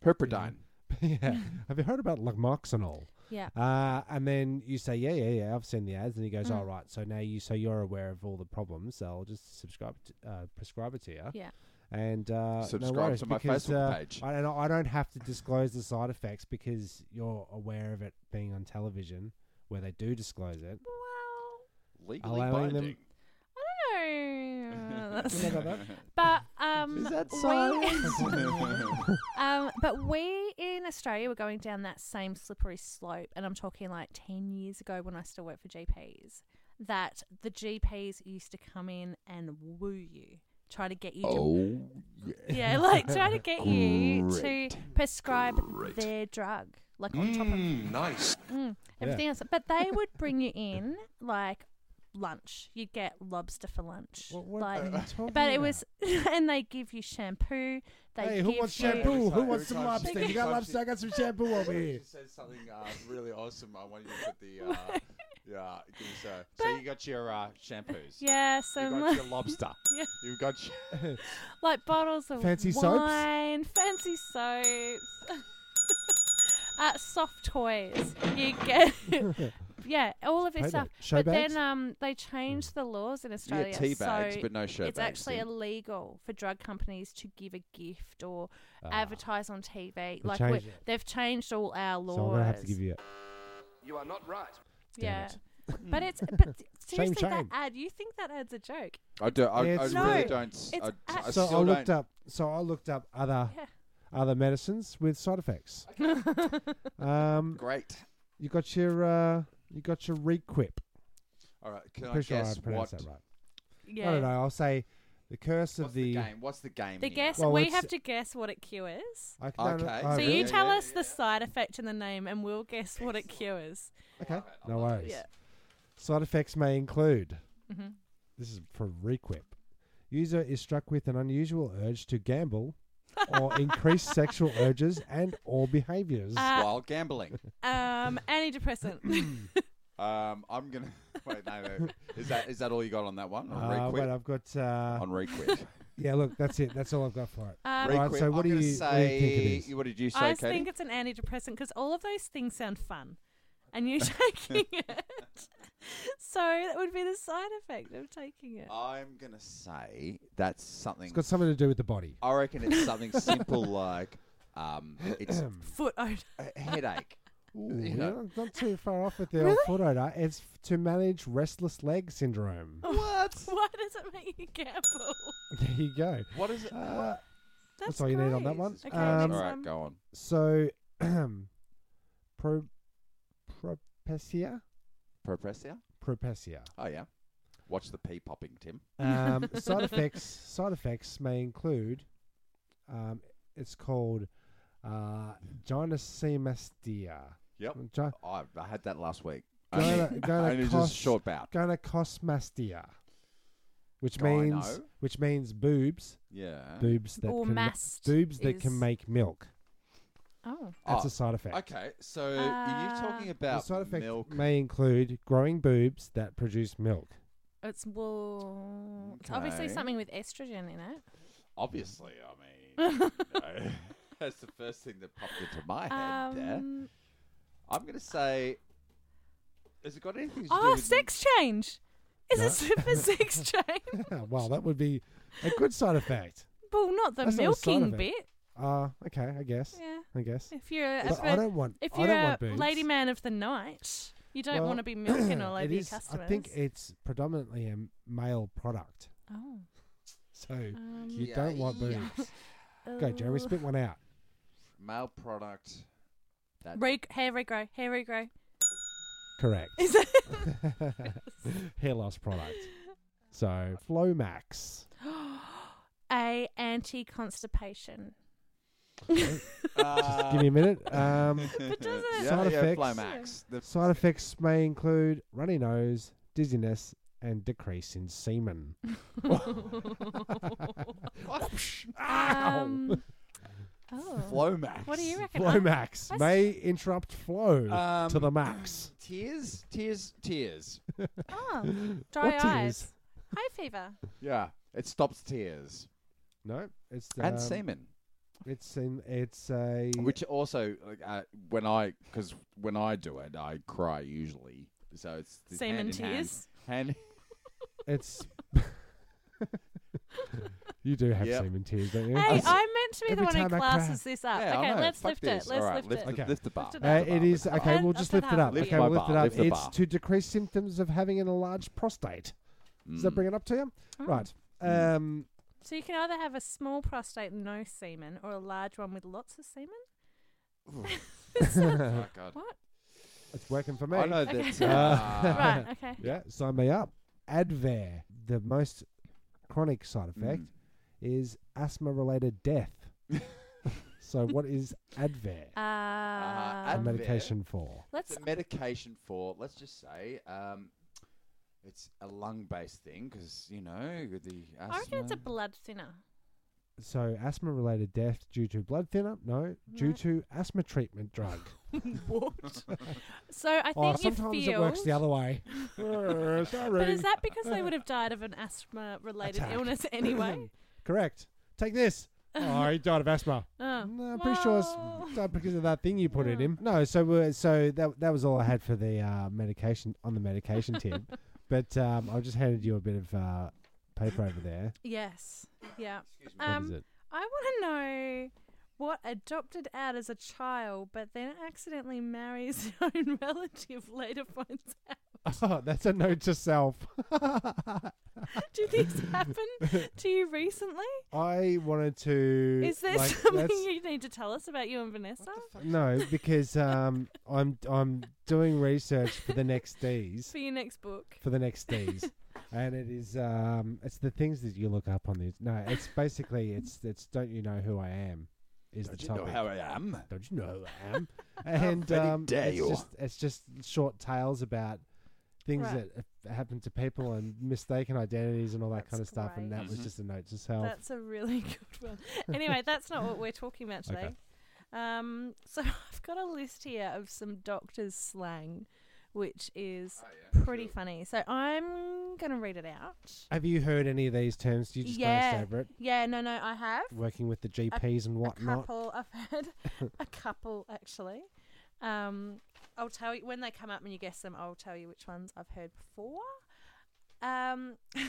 S3: Herpidine.
S4: [laughs] yeah? Have you heard about Lumoxonol?"
S5: Yeah.
S4: Uh, and then you say, "Yeah, yeah, yeah. I've seen the ads." And he
S5: Mm.
S4: goes, "All right. So now you, so you're aware of all the problems. So I'll just subscribe, to, uh, prescribe it to you."
S5: Yeah.
S4: And uh,
S3: Subscribe
S4: no worries,
S3: to my
S4: because,
S3: Facebook
S4: uh,
S3: page.
S4: I don't, I don't have to disclose the side effects because you're aware of it being on television where they do disclose it.
S5: Well,
S3: Mm-hmm. Legally
S4: Allowing them-
S3: binding.
S5: I don't know. That's-
S4: You
S3: [laughs]
S4: know about that?
S5: but um,
S3: Is that
S5: we-
S3: [laughs] science?
S5: [laughs] um, but we in Australia were going down that same slippery slope, and I'm talking like 10 years ago when I still worked for GPs, that the GPs used to come in and woo you, try to get you to
S3: oh,
S5: [laughs] yeah, like try to get you to
S3: Great.
S5: prescribe
S3: Great.
S5: their drug, like on top of
S7: Mm, nice.
S5: mm, everything else. But they would bring you
S4: [laughs]
S5: in like lunch. You'd get lobster for lunch.
S4: What- what
S5: like,
S4: are you talking
S5: [laughs] but it
S4: about?
S5: was, and they give you shampoo. They
S4: Hey,
S5: give
S4: who wants
S5: you,
S4: shampoo?
S3: Every
S4: Who
S3: time-
S4: wants
S3: every
S4: some
S3: time
S4: lobster?
S3: she-
S4: You got
S3: every time
S4: lobster? I got some shampoo over here.
S3: She said something uh, really awesome. I want you to put the.
S5: [laughs]
S3: Uh, yeah, give us a- so you got your uh, shampoos.
S5: Yeah,
S3: You
S5: some
S3: got
S5: [laughs] like,
S3: your lobster.
S5: Yeah.
S3: You got your,
S5: like bottles of
S4: Fancy soaps?
S5: wine, fancy soaps, [laughs] uh, soft toys. You
S4: [laughs]
S5: get, yeah, all of
S4: Hey
S5: this stuff.
S4: there, show
S5: but
S4: bags? Hmm.
S5: then um, they changed the laws in
S3: you
S5: Australia.
S3: get tea bags,
S5: so
S3: but no shirt
S5: it's
S3: bags.
S5: actually
S3: then.
S5: illegal for drug companies to give a gift or
S4: Ah.
S5: advertise on TV. like
S4: changed
S5: we-
S4: it.
S5: they've changed all our laws.
S4: So I'm gonna have to give you.
S7: [laughs] You are not right.
S4: damn
S5: yeah. [laughs] but it's but
S4: [laughs]
S5: seriously
S4: shame.
S5: that ad. You think that ad's a joke?
S3: I do. I,
S4: It's-
S3: I really
S5: No,
S3: don't. s-
S5: it's
S3: I, I
S5: act-
S4: So I
S3: still
S4: looked
S3: don't.
S4: up. So I looked up other
S5: Yeah.
S4: other medicines with side
S5: [laughs]
S4: effects. um,
S3: Great.
S4: you got your uh, you got your Requip.
S3: All right. Can I
S4: Pretty sure I
S3: guess what?
S4: pronounced that right.
S5: Yeah.
S4: I don't know. I'll say the curse
S3: What's
S4: of
S3: the,
S4: the.
S3: game? What's the game?
S5: The
S3: here?
S5: guess
S4: Well,
S5: we
S4: it's-
S5: have to guess what it cures.
S4: I can-
S3: Okay.
S4: oh,
S5: so
S4: really?
S5: you
S3: Yeah,
S5: tell
S3: yeah,
S5: us the side effect and the name, and we'll guess what
S3: [laughs]
S5: it cures.
S4: Okay. No worries.
S5: Yeah.
S4: Side effects may include.
S5: Mhm.
S4: This is for Requip. User is struck with an unusual urge to gamble,
S3: [laughs]
S4: or increase sexual urges and or behaviors.
S5: Uh,
S3: While
S4: [laughs]
S3: gambling.
S5: um, antidepressant.
S4: Hmm.
S5: [laughs]
S3: Um, I'm gonna. [laughs] Wait, no, no. Is that is that all you got on that one? On
S4: Uh, wait,
S3: requit.
S4: I've got. Uh,
S3: on requit.
S4: yeah, look, that's it. That's all I've got for it. [laughs]
S5: um,
S4: Right,
S3: Requit.
S4: so what
S3: I'm
S4: do
S3: gonna
S4: you-
S3: say?
S4: what do you think it is?
S3: What did you say,
S5: I
S3: Katie?
S5: think it's an antidepressant because all of those things sound fun, and
S3: [laughs]
S5: you're [laughs] taking it. So that would be the side effect of taking it.
S3: I'm gonna say that's something.
S4: It's got something to do with the body.
S3: I reckon it's
S4: [laughs]
S3: something simple like um,
S4: [clears throat]
S3: it's
S5: Foot odor. [laughs]
S3: a headache.
S4: Ooh,
S3: you
S4: you're
S3: know.
S4: not- not too far off with the old foot odor. It's f- to manage restless leg syndrome.
S3: What?
S5: Why does it make you gamble?
S4: [laughs] There you go.
S3: What is it?
S4: Uh,
S5: That's,
S4: all you need on that
S5: great.
S4: one.
S5: Okay,
S4: Um,
S5: next
S3: all right,
S5: one.
S3: go on.
S4: so, [clears throat] pro, propecia,
S3: Propresia.
S4: propecia.
S3: Oh yeah. Watch the pee popping, Tim.
S4: Um, side effects. Side effects may include. Um, it's called uh, gynecomastia.
S3: Yep.
S4: Gi-
S3: I, I had that last week.
S4: Go
S3: Only,
S4: to- go to
S3: [laughs] only
S4: cost-
S3: just short bout.
S4: gynecomastia, which
S3: Gyno?
S4: means which means boobs,
S3: Yeah.
S4: boobs that
S5: Or
S4: can ma-
S5: mast
S4: boobs that
S5: is-
S4: can make milk.
S5: Oh.
S4: That's
S3: Oh,
S4: a side effect.
S3: Okay, so are you talking
S5: Uh,
S4: The
S3: about
S4: side effect
S3: milk?
S4: may include growing boobs that produce milk.
S5: It's well, it's obviously
S3: Okay.
S5: something with estrogen in it.
S3: Obviously, I
S5: [laughs]
S3: mean, you know, [laughs] that's the first thing that popped into my head. there.
S5: Um,
S3: I'm going to say, has it got anything to do
S5: oh,
S3: with
S5: sex change. Is it super sex
S4: [laughs]
S5: change?
S4: Ah, well, that would be a good side effect.
S5: Well, not the
S4: That's not a side
S5: milking
S4: effect.
S5: bit.
S4: Uh, okay, I guess.
S5: Yeah.
S4: I guess.
S5: If you're a,
S4: But
S5: if
S4: I
S5: a-
S4: don't want.
S5: if
S4: I
S5: you're
S4: don't
S5: a
S4: want boobs.
S5: lady man of the night, you don't
S4: Well,
S5: want
S4: [clears throat]
S5: to
S4: [coughs]
S5: be milking all
S4: it
S5: over your
S4: is-
S5: customers.
S4: I think it's predominantly a m- male product,
S5: oh.
S4: so
S5: Um, uh,
S4: you don't want boobs. Go, Jeremy, spit one out.
S3: male product? That
S5: Re- hair regrow, hair regrow.
S4: Correct. [laughs]
S5: Is [laughs] it?
S4: Hair loss product.
S5: [laughs]
S4: So Flomax.
S5: a anti constipation.
S3: uh,
S4: [laughs] Just give me
S3: [laughs]
S4: a minute. Um,
S5: [laughs] But does
S3: yeah,
S5: it?
S4: Side
S3: yeah,
S4: effects.
S3: Flomax. The-
S4: side effects may include runny nose, dizziness, and decrease in
S5: [laughs]
S4: semen.
S5: um, oh.
S3: Flomax.
S5: What do you reckon? I-
S4: Flomax
S5: I
S4: may interrupt flow
S3: Um,
S4: to the max.
S3: Tears, tears, tears.
S5: Oh,
S4: [laughs]
S5: dry
S4: What
S5: eyes.
S4: is?
S5: Hay fever.
S3: yeah, it stops tears.
S4: No, it's
S3: and
S4: um,
S3: semen.
S4: It's semen. It's a
S3: Which also, like, uh, when I because when I do it, I cry usually. So it's it's
S5: Semen
S3: hand in hand.
S5: tears? Uh,
S3: Hand,
S4: it's. [laughs] you do have
S3: Yep.
S4: semen tears, don't you?
S5: Hey,
S3: That's-
S5: I'm meant to be the
S4: every
S5: one who
S4: time I cry.
S5: classes this up.
S3: Yeah, I
S5: okay,
S3: know.
S5: let's
S3: Fuck
S5: lift
S3: this.
S5: it. Let's
S3: All right,
S5: lift,
S3: lift,
S5: it.
S4: Okay.
S3: lift the bar.
S5: it
S3: lift
S5: up.
S4: Uh,
S3: the
S4: it
S3: bar,
S4: is
S3: lift the
S4: okay.
S3: bar.
S4: We'll
S5: Lift
S4: just
S5: it
S4: lift it
S5: up.
S4: up.
S3: Lift
S4: okay,
S3: my
S4: we'll lift
S3: bar,
S4: it up.
S3: lift the
S4: it's
S3: bar.
S4: to decrease symptoms of having an enlarged prostate. Does
S3: Mm.
S4: that bring it up to you?
S3: Oh.
S4: Right. Um,
S5: So you can either have a small prostate, no semen, or a large one with lots
S4: [laughs]
S5: of semen.
S3: Oh, God.
S5: What?
S4: it's working for me.
S3: I know that.
S5: Okay.
S3: Uh,
S5: right.
S4: [laughs]
S5: Okay.
S4: Yeah, sign me up. Advair, the most chronic side
S3: Mm.
S4: effect is asthma-related death.
S3: [laughs]
S4: so, what is Advair?
S5: Uh,
S4: a
S3: Advair.
S4: medication for?
S5: [laughs] let's
S3: it's a medication for let's just say um, it's a lung-based thing because you know with the asthma.
S5: I reckon it's a blood thinner.
S4: So, asthma-related death due to blood thinner? No, due to asthma treatment drug.
S5: So I think
S4: oh,
S5: you
S4: sometimes it
S5: feel.
S4: works the other way. [laughs] Uh,
S5: But
S4: Sorry.
S5: is that
S4: [laughs]
S5: because they would have died of an asthma-related
S4: Attack. [laughs]
S5: illness anyway?
S4: Correct. Take
S5: [laughs]
S4: this. Oh, he died of asthma.
S5: Oh,
S4: No, I'm pretty sure
S5: well,
S4: it's died because of that thing you put in him. No, so we're, so that that was all I had for the uh, medication on the
S5: [laughs]
S4: medication tip. But um, I just handed you a bit of uh, paper over there.
S5: Yes. Yeah.
S4: What is
S5: Um,
S4: it?
S5: I want to know what adopted out as a child, but then accidentally marries [laughs] his own relative later finds out.
S4: Oh, [laughs] that's a note to self. [laughs]
S5: Did this happen to you recently?
S4: I wanted to.
S5: Is there
S4: like,
S5: [laughs] something
S4: that's-
S5: you need to tell us about you and Vanessa?
S4: No, because um, I'm I'm doing research for the next D's
S5: For your next book.
S4: for the next days. and it is um it's the things that you look up on these. No, it's basically it's it's don't you know who I am is
S3: Don't
S4: the
S3: you know
S4: topic.
S3: how I am?
S4: don't you know who I
S3: [laughs]
S4: am? and
S3: very
S4: um,
S3: dare
S4: it's
S3: you.
S4: just it's just short tales about things
S5: Right.
S4: that have happened to people and mistaken identities and all that kind of
S5: That's
S4: stuff. And that
S5: great.
S4: was just a note to self.
S5: That's a really [laughs] good
S4: [laughs]
S5: one. Anyway, that's not what we're talking about today.
S4: Okay.
S5: Um, so [laughs] I've got a list here of some doctor's slang, which is pretty funny. So I'm going to read it out.
S4: have you heard any of these terms? Do you just
S5: yeah.
S4: glanced over it?
S5: Yeah, no, no, I have.
S4: Working with the GPs and
S5: a
S4: whatnot.
S5: couple I've had [laughs] a couple actually. Um, I'll tell you when they come up and you guess them. I'll tell you which ones I've heard before. Um, [laughs]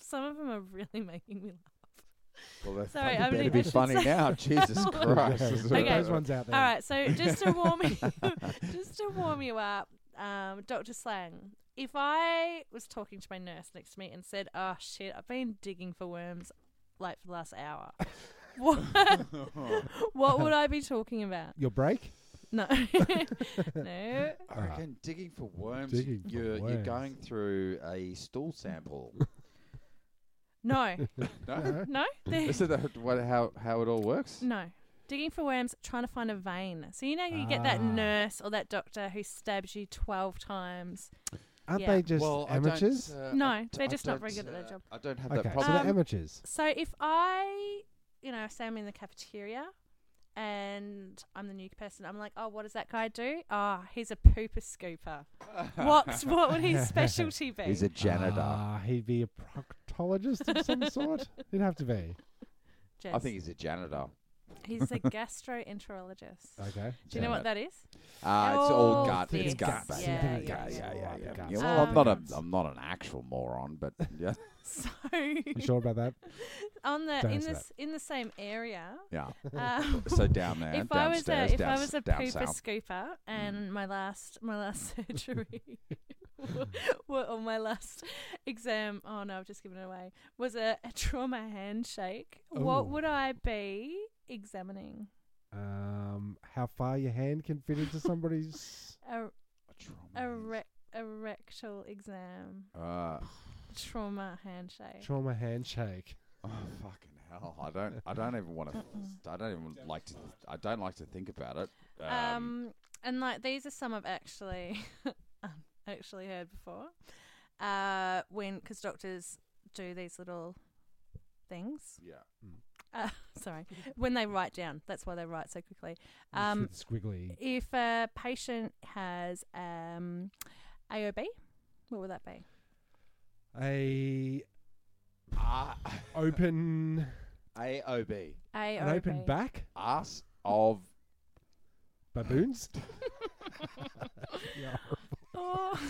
S5: some of them are really making me laugh.
S3: Well, they're
S5: Sorry,
S3: funny.
S5: I
S3: better
S5: mean, I
S3: be
S5: should
S3: funny
S5: say- [laughs]
S3: now. Jesus Christ!
S4: Yeah,
S5: Okay.
S4: Those ones out there.
S5: All right, so just to warm you, [laughs] just to warm you up, um, Doctor Slang. If I was talking to my nurse next to me and said, "Oh shit, I've been digging for worms like for the last hour," [laughs] what, what would I be talking about?
S4: Your break?
S5: No. [laughs] no.
S3: I reckon digging for worms.
S4: Ah. Digging for
S3: you're you're
S4: worms.
S3: going through a stool
S4: [laughs]
S3: sample.
S5: No.
S3: [laughs]
S4: Uh-huh.
S3: no,
S5: No. There-
S3: isn't that what, how how it all works?
S5: no. Digging for worms, trying to find a vein. So you know you get that
S4: Ah.
S5: nurse or that doctor who stabs you 12 times.
S4: Aren't
S5: Yeah.
S4: they just
S3: well,
S4: amateurs?
S3: I don't, uh,
S5: No,
S3: I d-
S5: they're
S3: I
S5: just not
S3: don't,
S5: very good at their
S3: uh,
S5: job.
S3: I don't have
S4: Okay,
S3: that
S4: so
S3: problem.
S4: they're
S5: Um,
S4: amateurs.
S5: So if I, you know, say I'm in the cafeteria and I'm the new person, I'm like, oh, what does that guy do? Ah, he's a pooper scooper.
S3: [laughs]
S4: [laughs]
S5: What's what would his specialty be?
S3: He's a janitor.
S4: Ah, he'd be a proctologist of
S5: [laughs]
S4: some sort. He'd have to be.
S5: Jess?
S3: I think he's a janitor.
S5: he's a gastroenterologist.
S4: Okay.
S5: Do you know what that is? [laughs]
S3: Uh, it's all
S5: Oh,
S3: gut. It's
S5: thick.
S3: gut. based.
S5: Yeah,
S3: yeah, yeah, yeah. yeah,
S4: Guts.
S3: Yeah, well, I'm
S5: Um,
S3: not a, I'm not an actual moron, but yeah,
S5: So
S4: You sure about that?
S5: [laughs] on the
S4: Don't
S5: in
S4: answer
S5: this in the same
S4: [laughs]
S5: area.
S3: yeah.
S5: Um,
S3: So down there,
S5: [laughs] if I was
S3: downstairs,
S5: a if
S3: down,
S5: I was a
S3: down
S5: pooper
S3: south. Mm.
S5: scooper and my last my last [laughs] surgery wa- wa- or my last exam oh no I've just given it away was a, a trauma handshake what
S4: Ooh.
S5: would I be examining
S4: Um, how far your hand can fit into somebody's.
S5: a a,
S3: Trauma.
S5: rec- a rectal exam
S3: Uh,
S5: trauma handshake
S4: Trauma handshake.
S3: oh, fucking hell! I don't. I don't even
S5: [laughs]
S3: want to. I don't even like to. I don't like to think about it. Um,
S5: Um, and like these are some I've actually [laughs] um, actually heard before. Uh, when because doctors do these little things.
S3: Yeah.
S5: Uh, [laughs] sorry, when they write down, that's why they write so quickly.
S4: [laughs]
S5: Um,
S4: squiggly.
S5: if a patient has um, AOB, what would that be?
S4: A
S3: Ah,
S4: open
S3: AOB.
S5: A
S4: An
S5: or a
S4: open [laughs]
S5: B? [laughs]
S4: back?
S3: Ass of.
S4: Baboons?
S5: Oh,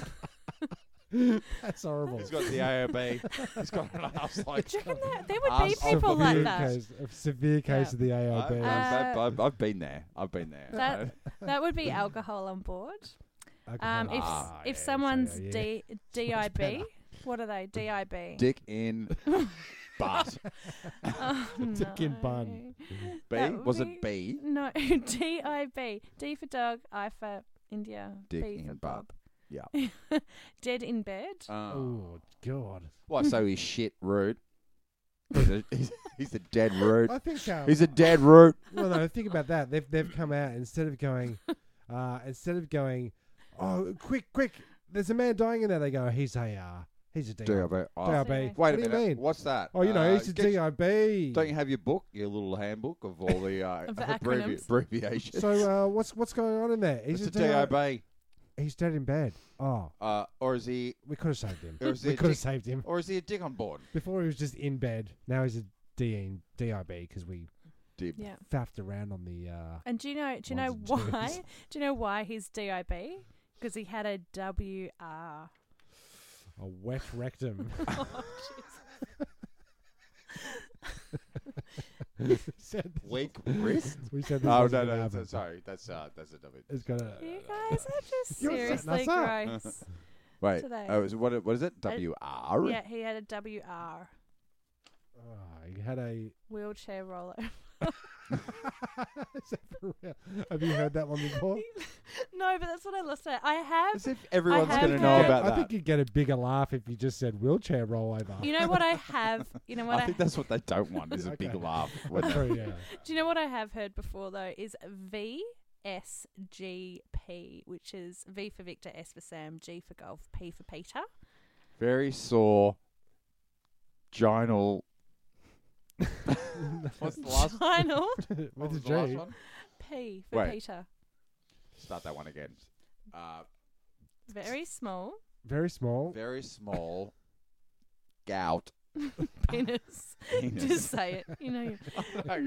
S4: That's horrible.
S3: He's got the
S5: [laughs]
S3: AOB. He's got an ass like.
S5: do you reckon that there would be
S3: Ass of
S5: people like
S4: severe [laughs]
S5: that?
S4: Case, a severe case
S5: Yeah.
S4: of the
S3: I've,
S4: AOB.
S5: Uh,
S3: I've, I've, I've been there. I've been there.
S5: [laughs] That that
S4: [laughs]
S5: would be alcohol on board. Um, if s-
S3: Ah,
S5: if
S3: yeah,
S5: someone's
S4: yeah, yeah.
S3: [laughs]
S5: D, DIB, what are they? DIB.
S3: Dick in butt.
S5: oh,
S4: [laughs] Dick in bun.
S5: no.
S3: [laughs] B?
S5: That would
S3: Was
S5: be-
S3: it B?
S5: No, [laughs] DIB. D for dog, I for India,
S3: Dick
S5: B for
S3: in butt.
S5: Bob. [laughs] Dead in bed.
S3: Uh,
S4: oh, God.
S3: why, so he's shit
S4: [laughs]
S3: root. He's a, he's, he's a dead root.
S4: I think. Um,
S3: He's a dead root.
S4: well, no, think about that. They've, they've come out instead of
S5: [laughs]
S4: going, uh, instead of going, oh, quick, quick, there's a man dying in there. They go, he's a, uh, he's a DIB.
S3: DIB. Oh,
S4: DIB.
S3: wait a
S4: What do you
S3: minute.
S4: mean?
S3: What's that?
S4: Oh, you know,
S3: Uh,
S4: he's a
S3: get-
S4: DIB.
S3: Don't you have your book, your little handbook of all the, uh, [laughs]
S5: Of the
S3: abbrevi-
S5: acronyms.
S3: abbreviations?
S4: so uh, what's what's going on in there? He's
S3: it's a
S4: a DIB.
S3: DIB.
S4: He's dead in bed. Oh,
S3: Uh, or is he?
S4: we could have saved him.
S3: Or is he
S4: we
S3: a
S4: could have
S3: dick?
S4: saved him.
S3: Or is he a dick on board?
S4: Before he was just in bed. Now he's a DIB because we
S3: Dib.
S5: [laughs] Yeah.
S4: faffed around on the. Uh,
S5: And do you know? Do you know
S4: Ones and twos.
S5: why? [laughs] Do you know why he's DIB? Because he had a
S3: [laughs]
S5: WR.
S4: a wet rectum.
S5: [laughs]
S4: [laughs]
S5: Oh, jeez.
S4: said
S3: Weak [laughs] wrist.
S4: we said this
S3: Oh
S4: wasn't
S3: no,
S4: gonna
S3: no,
S4: happen.
S3: that's, sorry, that's uh, that's a W.
S4: It's gonna.
S5: [laughs] you guys are just
S4: You're setting us
S5: seriously
S4: up.
S5: gross.
S3: [laughs] Wait,
S5: Today.
S3: oh, is, what, what is it? W R.
S5: yeah, he had a WR
S4: Oh, you had a. [laughs]
S5: wheelchair roller.
S4: Is that for real? Have you heard that one before?
S5: [laughs] no, but that's what I listened to. I have
S3: As if everyone's
S5: have
S3: going to
S5: had-
S3: know
S5: Yeah,
S3: about
S4: I
S3: that.
S4: think
S3: [laughs]
S4: you'd get a bigger laugh if you just said wheelchair rollover.
S5: You know what I have?
S4: [laughs]
S5: You know what I,
S3: I think that's what they don't want is a big
S4: Okay.
S3: [laughs] laugh. when
S4: That's
S3: they-
S4: true, Oh, yeah.
S5: do. You know what I have heard before though is VSGP, which is V for Victor, S for Sam, G for Golf, P for Peter.
S3: Very sore. Ginal. [laughs] What's the last?
S4: [laughs]
S5: [laughs] Final
S3: What
S4: With
S3: was
S4: a
S3: the last
S4: G.
S3: one?
S5: P for
S3: Wait.
S5: Peter.
S3: Start that one again. Uh,
S4: [laughs]
S5: Very small [laughs]
S4: Very small.
S3: very small gout.
S5: penis.
S3: Penis.
S5: [laughs] Just say it. You know. you-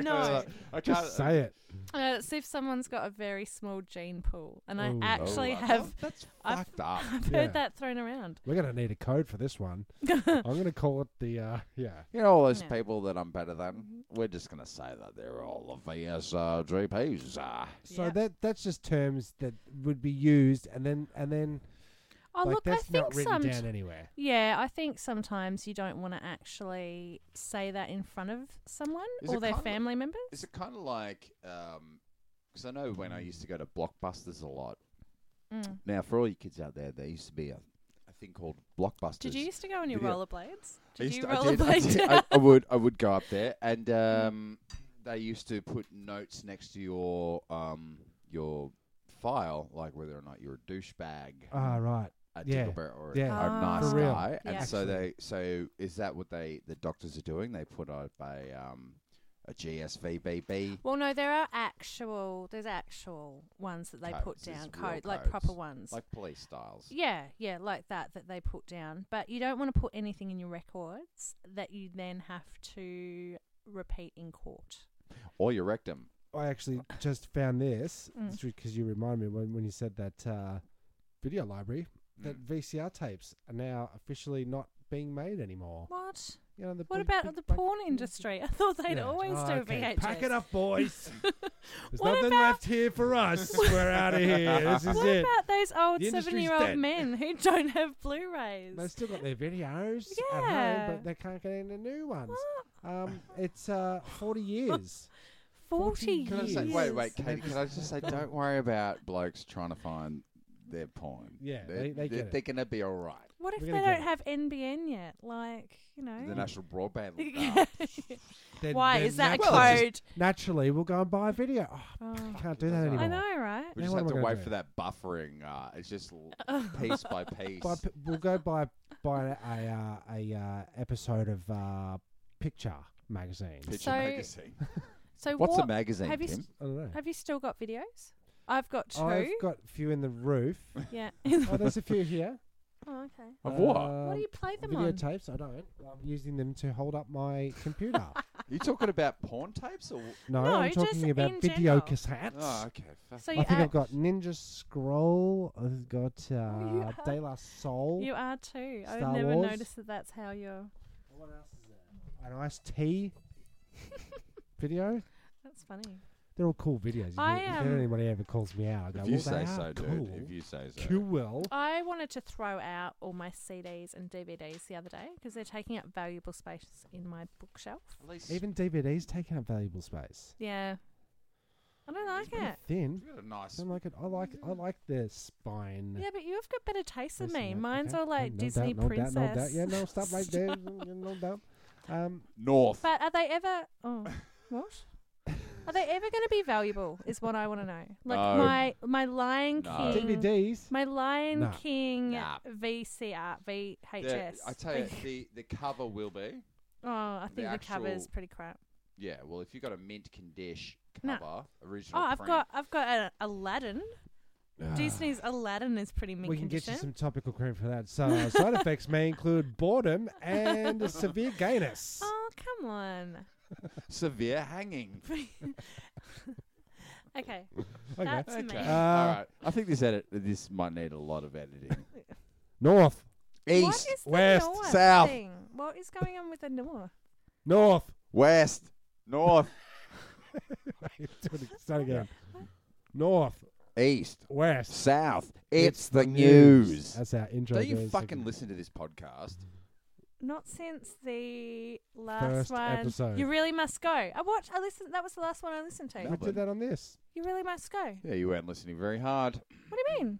S5: No.
S3: [laughs] I can't.
S4: Just say it.
S5: Uh, see if someone's got a very small gene pool, and I
S4: Ooh.
S5: actually
S3: Oh, I
S5: have
S3: love- that's
S5: I've-
S3: fucked up.
S5: [laughs] I've
S4: Yeah.
S5: heard that thrown around. [laughs] Oh,
S4: We're gonna need a code for this one. I'm gonna call it the. Uh, yeah.
S3: [laughs] You know all those
S5: No. Mm-hmm.
S3: people that I'm better than. We're just gonna say that they're all the VSGPs. Uh,
S4: So
S5: Yeah.
S4: that that's just terms that would be used, and then and then
S5: Oh
S4: like
S5: look, I
S4: that's
S5: think
S4: not written
S5: some
S4: down anywhere.
S5: Yeah, I think sometimes you don't want to actually say that in front of someone
S3: Is
S5: or
S3: it
S5: their
S3: kind of-
S5: family members.
S3: is it kind of like? Because I know when I used to go to Blockbusters a lot.
S5: Mm.
S3: Now, for all you kids out there, there used to be a, a thing called Blockbusters.
S5: Did you used to go on your
S3: video.
S5: rollerblades?
S3: I
S5: Did
S3: used
S5: you
S3: to- I did- I
S5: rollerblade
S3: did-
S5: [laughs] down?
S3: I, I would. I would go up there, and um, they used to put notes next to your um, your file, like whether or not you're a douchebag,
S4: Ah, right.
S3: a
S4: yeah,
S3: dickleberry, or
S4: yeah.
S3: a nice
S5: For
S4: real.
S3: guy.
S5: Ah. Yeah.
S3: And so
S4: Actually.
S3: they. So is that what they the doctors are doing? They put up a um, a GSVBB.
S5: Well, no, there are actual there's actual ones that they put
S3: Codes, there's
S5: down
S3: real
S5: code like
S3: codes.
S5: proper ones.
S3: Like police styles.
S5: yeah, yeah, like that that they put down. But you don't want to put anything in your records that you then have to repeat in court.
S3: Or your rectum.
S4: I actually just found this
S5: Oh. Mm.
S4: because you reminded me when, when you said that uh, video library that VCR tapes are now officially not being made
S3: Oh.
S4: anymore.
S5: What?
S4: You know, the
S5: What
S4: big-
S5: about
S4: big
S5: the
S4: black-
S5: porn industry? I thought they'd
S4: Yeah.
S5: always
S4: Oh,
S5: do
S4: okay.
S5: VHS.
S4: Pack it up,
S5: [laughs]
S4: boys. There's
S5: What
S4: nothing
S5: about-
S4: left here for
S5: [laughs]
S4: us. We're out of here. This is
S5: What
S4: it.
S5: about those old
S4: The industry's dead.
S5: seven-year-old men who don't have Blu-rays?
S4: They've still got their videos at
S5: Yeah.
S4: home, but they can't get any new ones.
S5: What?
S4: Um, it's uh, 40 years.
S5: Forty
S3: Can
S4: Can
S3: I
S5: years.
S3: say, wait, wait,
S4: Yes.
S3: Katie, can I just say, don't worry about blokes trying to find their porn.
S4: Yeah,
S3: they're,
S4: they- they
S3: they're,
S4: get it.
S3: they're going to be all right.
S5: What if
S4: We're
S5: they
S4: gonna get
S5: don't have NBN yet? Like, you know.
S3: The
S5: [laughs]
S3: National Broadband.
S5: Yeah.
S3: League.
S4: Then-
S5: [laughs] Why
S4: then
S5: is that a
S4: naturally-
S3: Well, it's
S5: code?
S4: Naturally, we'll go and buy a video. Oh,
S5: Oh,
S4: I can't do that anymore.
S5: I know, right?
S3: we
S4: Now
S3: just have
S4: what am I
S3: to
S4: gonna
S3: wait
S4: do?
S3: for that buffering. Uh, it's just
S5: [laughs]
S3: l-
S5: Oh.
S3: piece by piece.
S4: Buy, pi- we'll go buy buy a uh, a uh, episode of uh, Picture magazine.
S3: Picture
S5: So-
S3: magazine.
S5: So
S3: What's a
S5: what?
S3: magazine,
S5: have you
S3: Tim?
S5: s-
S4: I don't know.
S5: Have you still got videos? I've got 2
S4: I've got a few in the
S5: [laughs]
S4: roof. [laughs]
S5: yeah.
S4: oh, there's a few here.
S5: [laughs] oh, okay.
S3: [laughs] Of what?
S5: What do
S4: Um,
S5: you play them on? [laughs]
S4: Videotapes. I don't. I'm using them to hold up my computer.
S3: you talking about porn tapes or?
S4: No,
S5: No,
S4: I'm
S5: just
S4: talking about
S5: in
S4: video
S5: general.
S4: cassettes.
S3: Oh, okay. Fuck.
S5: So
S4: I
S5: you
S4: think I've
S5: are,
S4: got Ninja Scroll. I've got uh,
S5: you are-
S4: De La Soul.
S5: you are too. I
S4: Star
S5: never
S4: Wars.
S5: noticed that that's how you're.
S4: An iced
S5: [laughs]
S4: tea video.
S5: That's funny.
S4: They're all cool videos. If,
S5: I,
S4: you- if
S5: um,
S4: anybody ever calls me out, I go,
S3: if
S4: well,
S3: you
S4: they
S3: say
S4: are
S3: so,
S4: cool.
S3: dude. If you say so.
S4: will.
S5: I wanted to throw out all my CDs and DVDs the other day because they're taking up valuable space in my bookshelf.
S3: At least
S4: Even DVDs taking up valuable space.
S5: Yeah. I don't like
S4: Pretty
S5: it.
S4: Thin.
S3: you got a nice.
S4: I don't like it. I like. I like the spine.
S5: Yeah, but you've got better taste than
S4: Listen,
S5: me.
S4: uh,
S5: Mine's
S4: okay.
S5: all like
S4: No doubt, no
S5: Disney
S4: doubt,
S5: princess.
S4: no doubt. Yeah, no, stop right there. [laughs] Mm, no doubt.
S3: [laughs]
S4: Um,
S3: North.
S5: [laughs] But are they ever? Oh, what? Are they ever going to be valuable? Is what I want to know.
S4: [laughs]
S5: Like
S3: No.
S5: my my Lion
S3: No.
S5: King.
S4: DVDs.
S5: My Lion
S4: Nah.
S5: King
S3: Nah.
S5: VCR VHS.
S3: Yeah, I
S5: [laughs]
S3: tell you,
S5: Like,
S3: the, the cover will be.
S5: oh, I
S3: the
S5: think the, cover's
S3: actual
S5: pretty crap.
S3: Yeah, well, if you got a mint condition
S5: No.
S3: cover, original.
S5: Oh, I've
S3: print,
S5: got I've got uh, Aladdin.
S4: Ah.
S5: Disney's Aladdin is pretty mint
S4: We can get
S5: condition.
S4: you some topical cream for that. So uh, side effects may include boredom and severe gayness.
S5: [laughs] Oh, come on. [laughs]
S3: severe hanging.
S4: Okay.
S5: Okay, that's me.
S3: Okay.
S4: Uh,
S3: All right. I think this edit this might need a lot of editing.
S4: North,
S5: what
S3: [laughs] East,
S5: is the
S4: west,
S5: north
S3: south.
S5: Thing? What is going on with the north?
S4: north.
S3: west, north,
S4: Start
S5: [laughs]
S4: again. North,
S3: east,
S4: west.
S3: south. It's, the news.
S4: That's our intro.
S3: Don't you
S4: goes
S3: fucking
S4: again.
S3: listen to this podcast?
S5: Not since the last
S4: First
S5: one.
S4: episode.
S5: You really must go. I watched. I listened. That was the last one I listened to.
S4: We did that on this.
S5: You really must go.
S3: Yeah, you weren't listening very hard.
S5: What do you mean?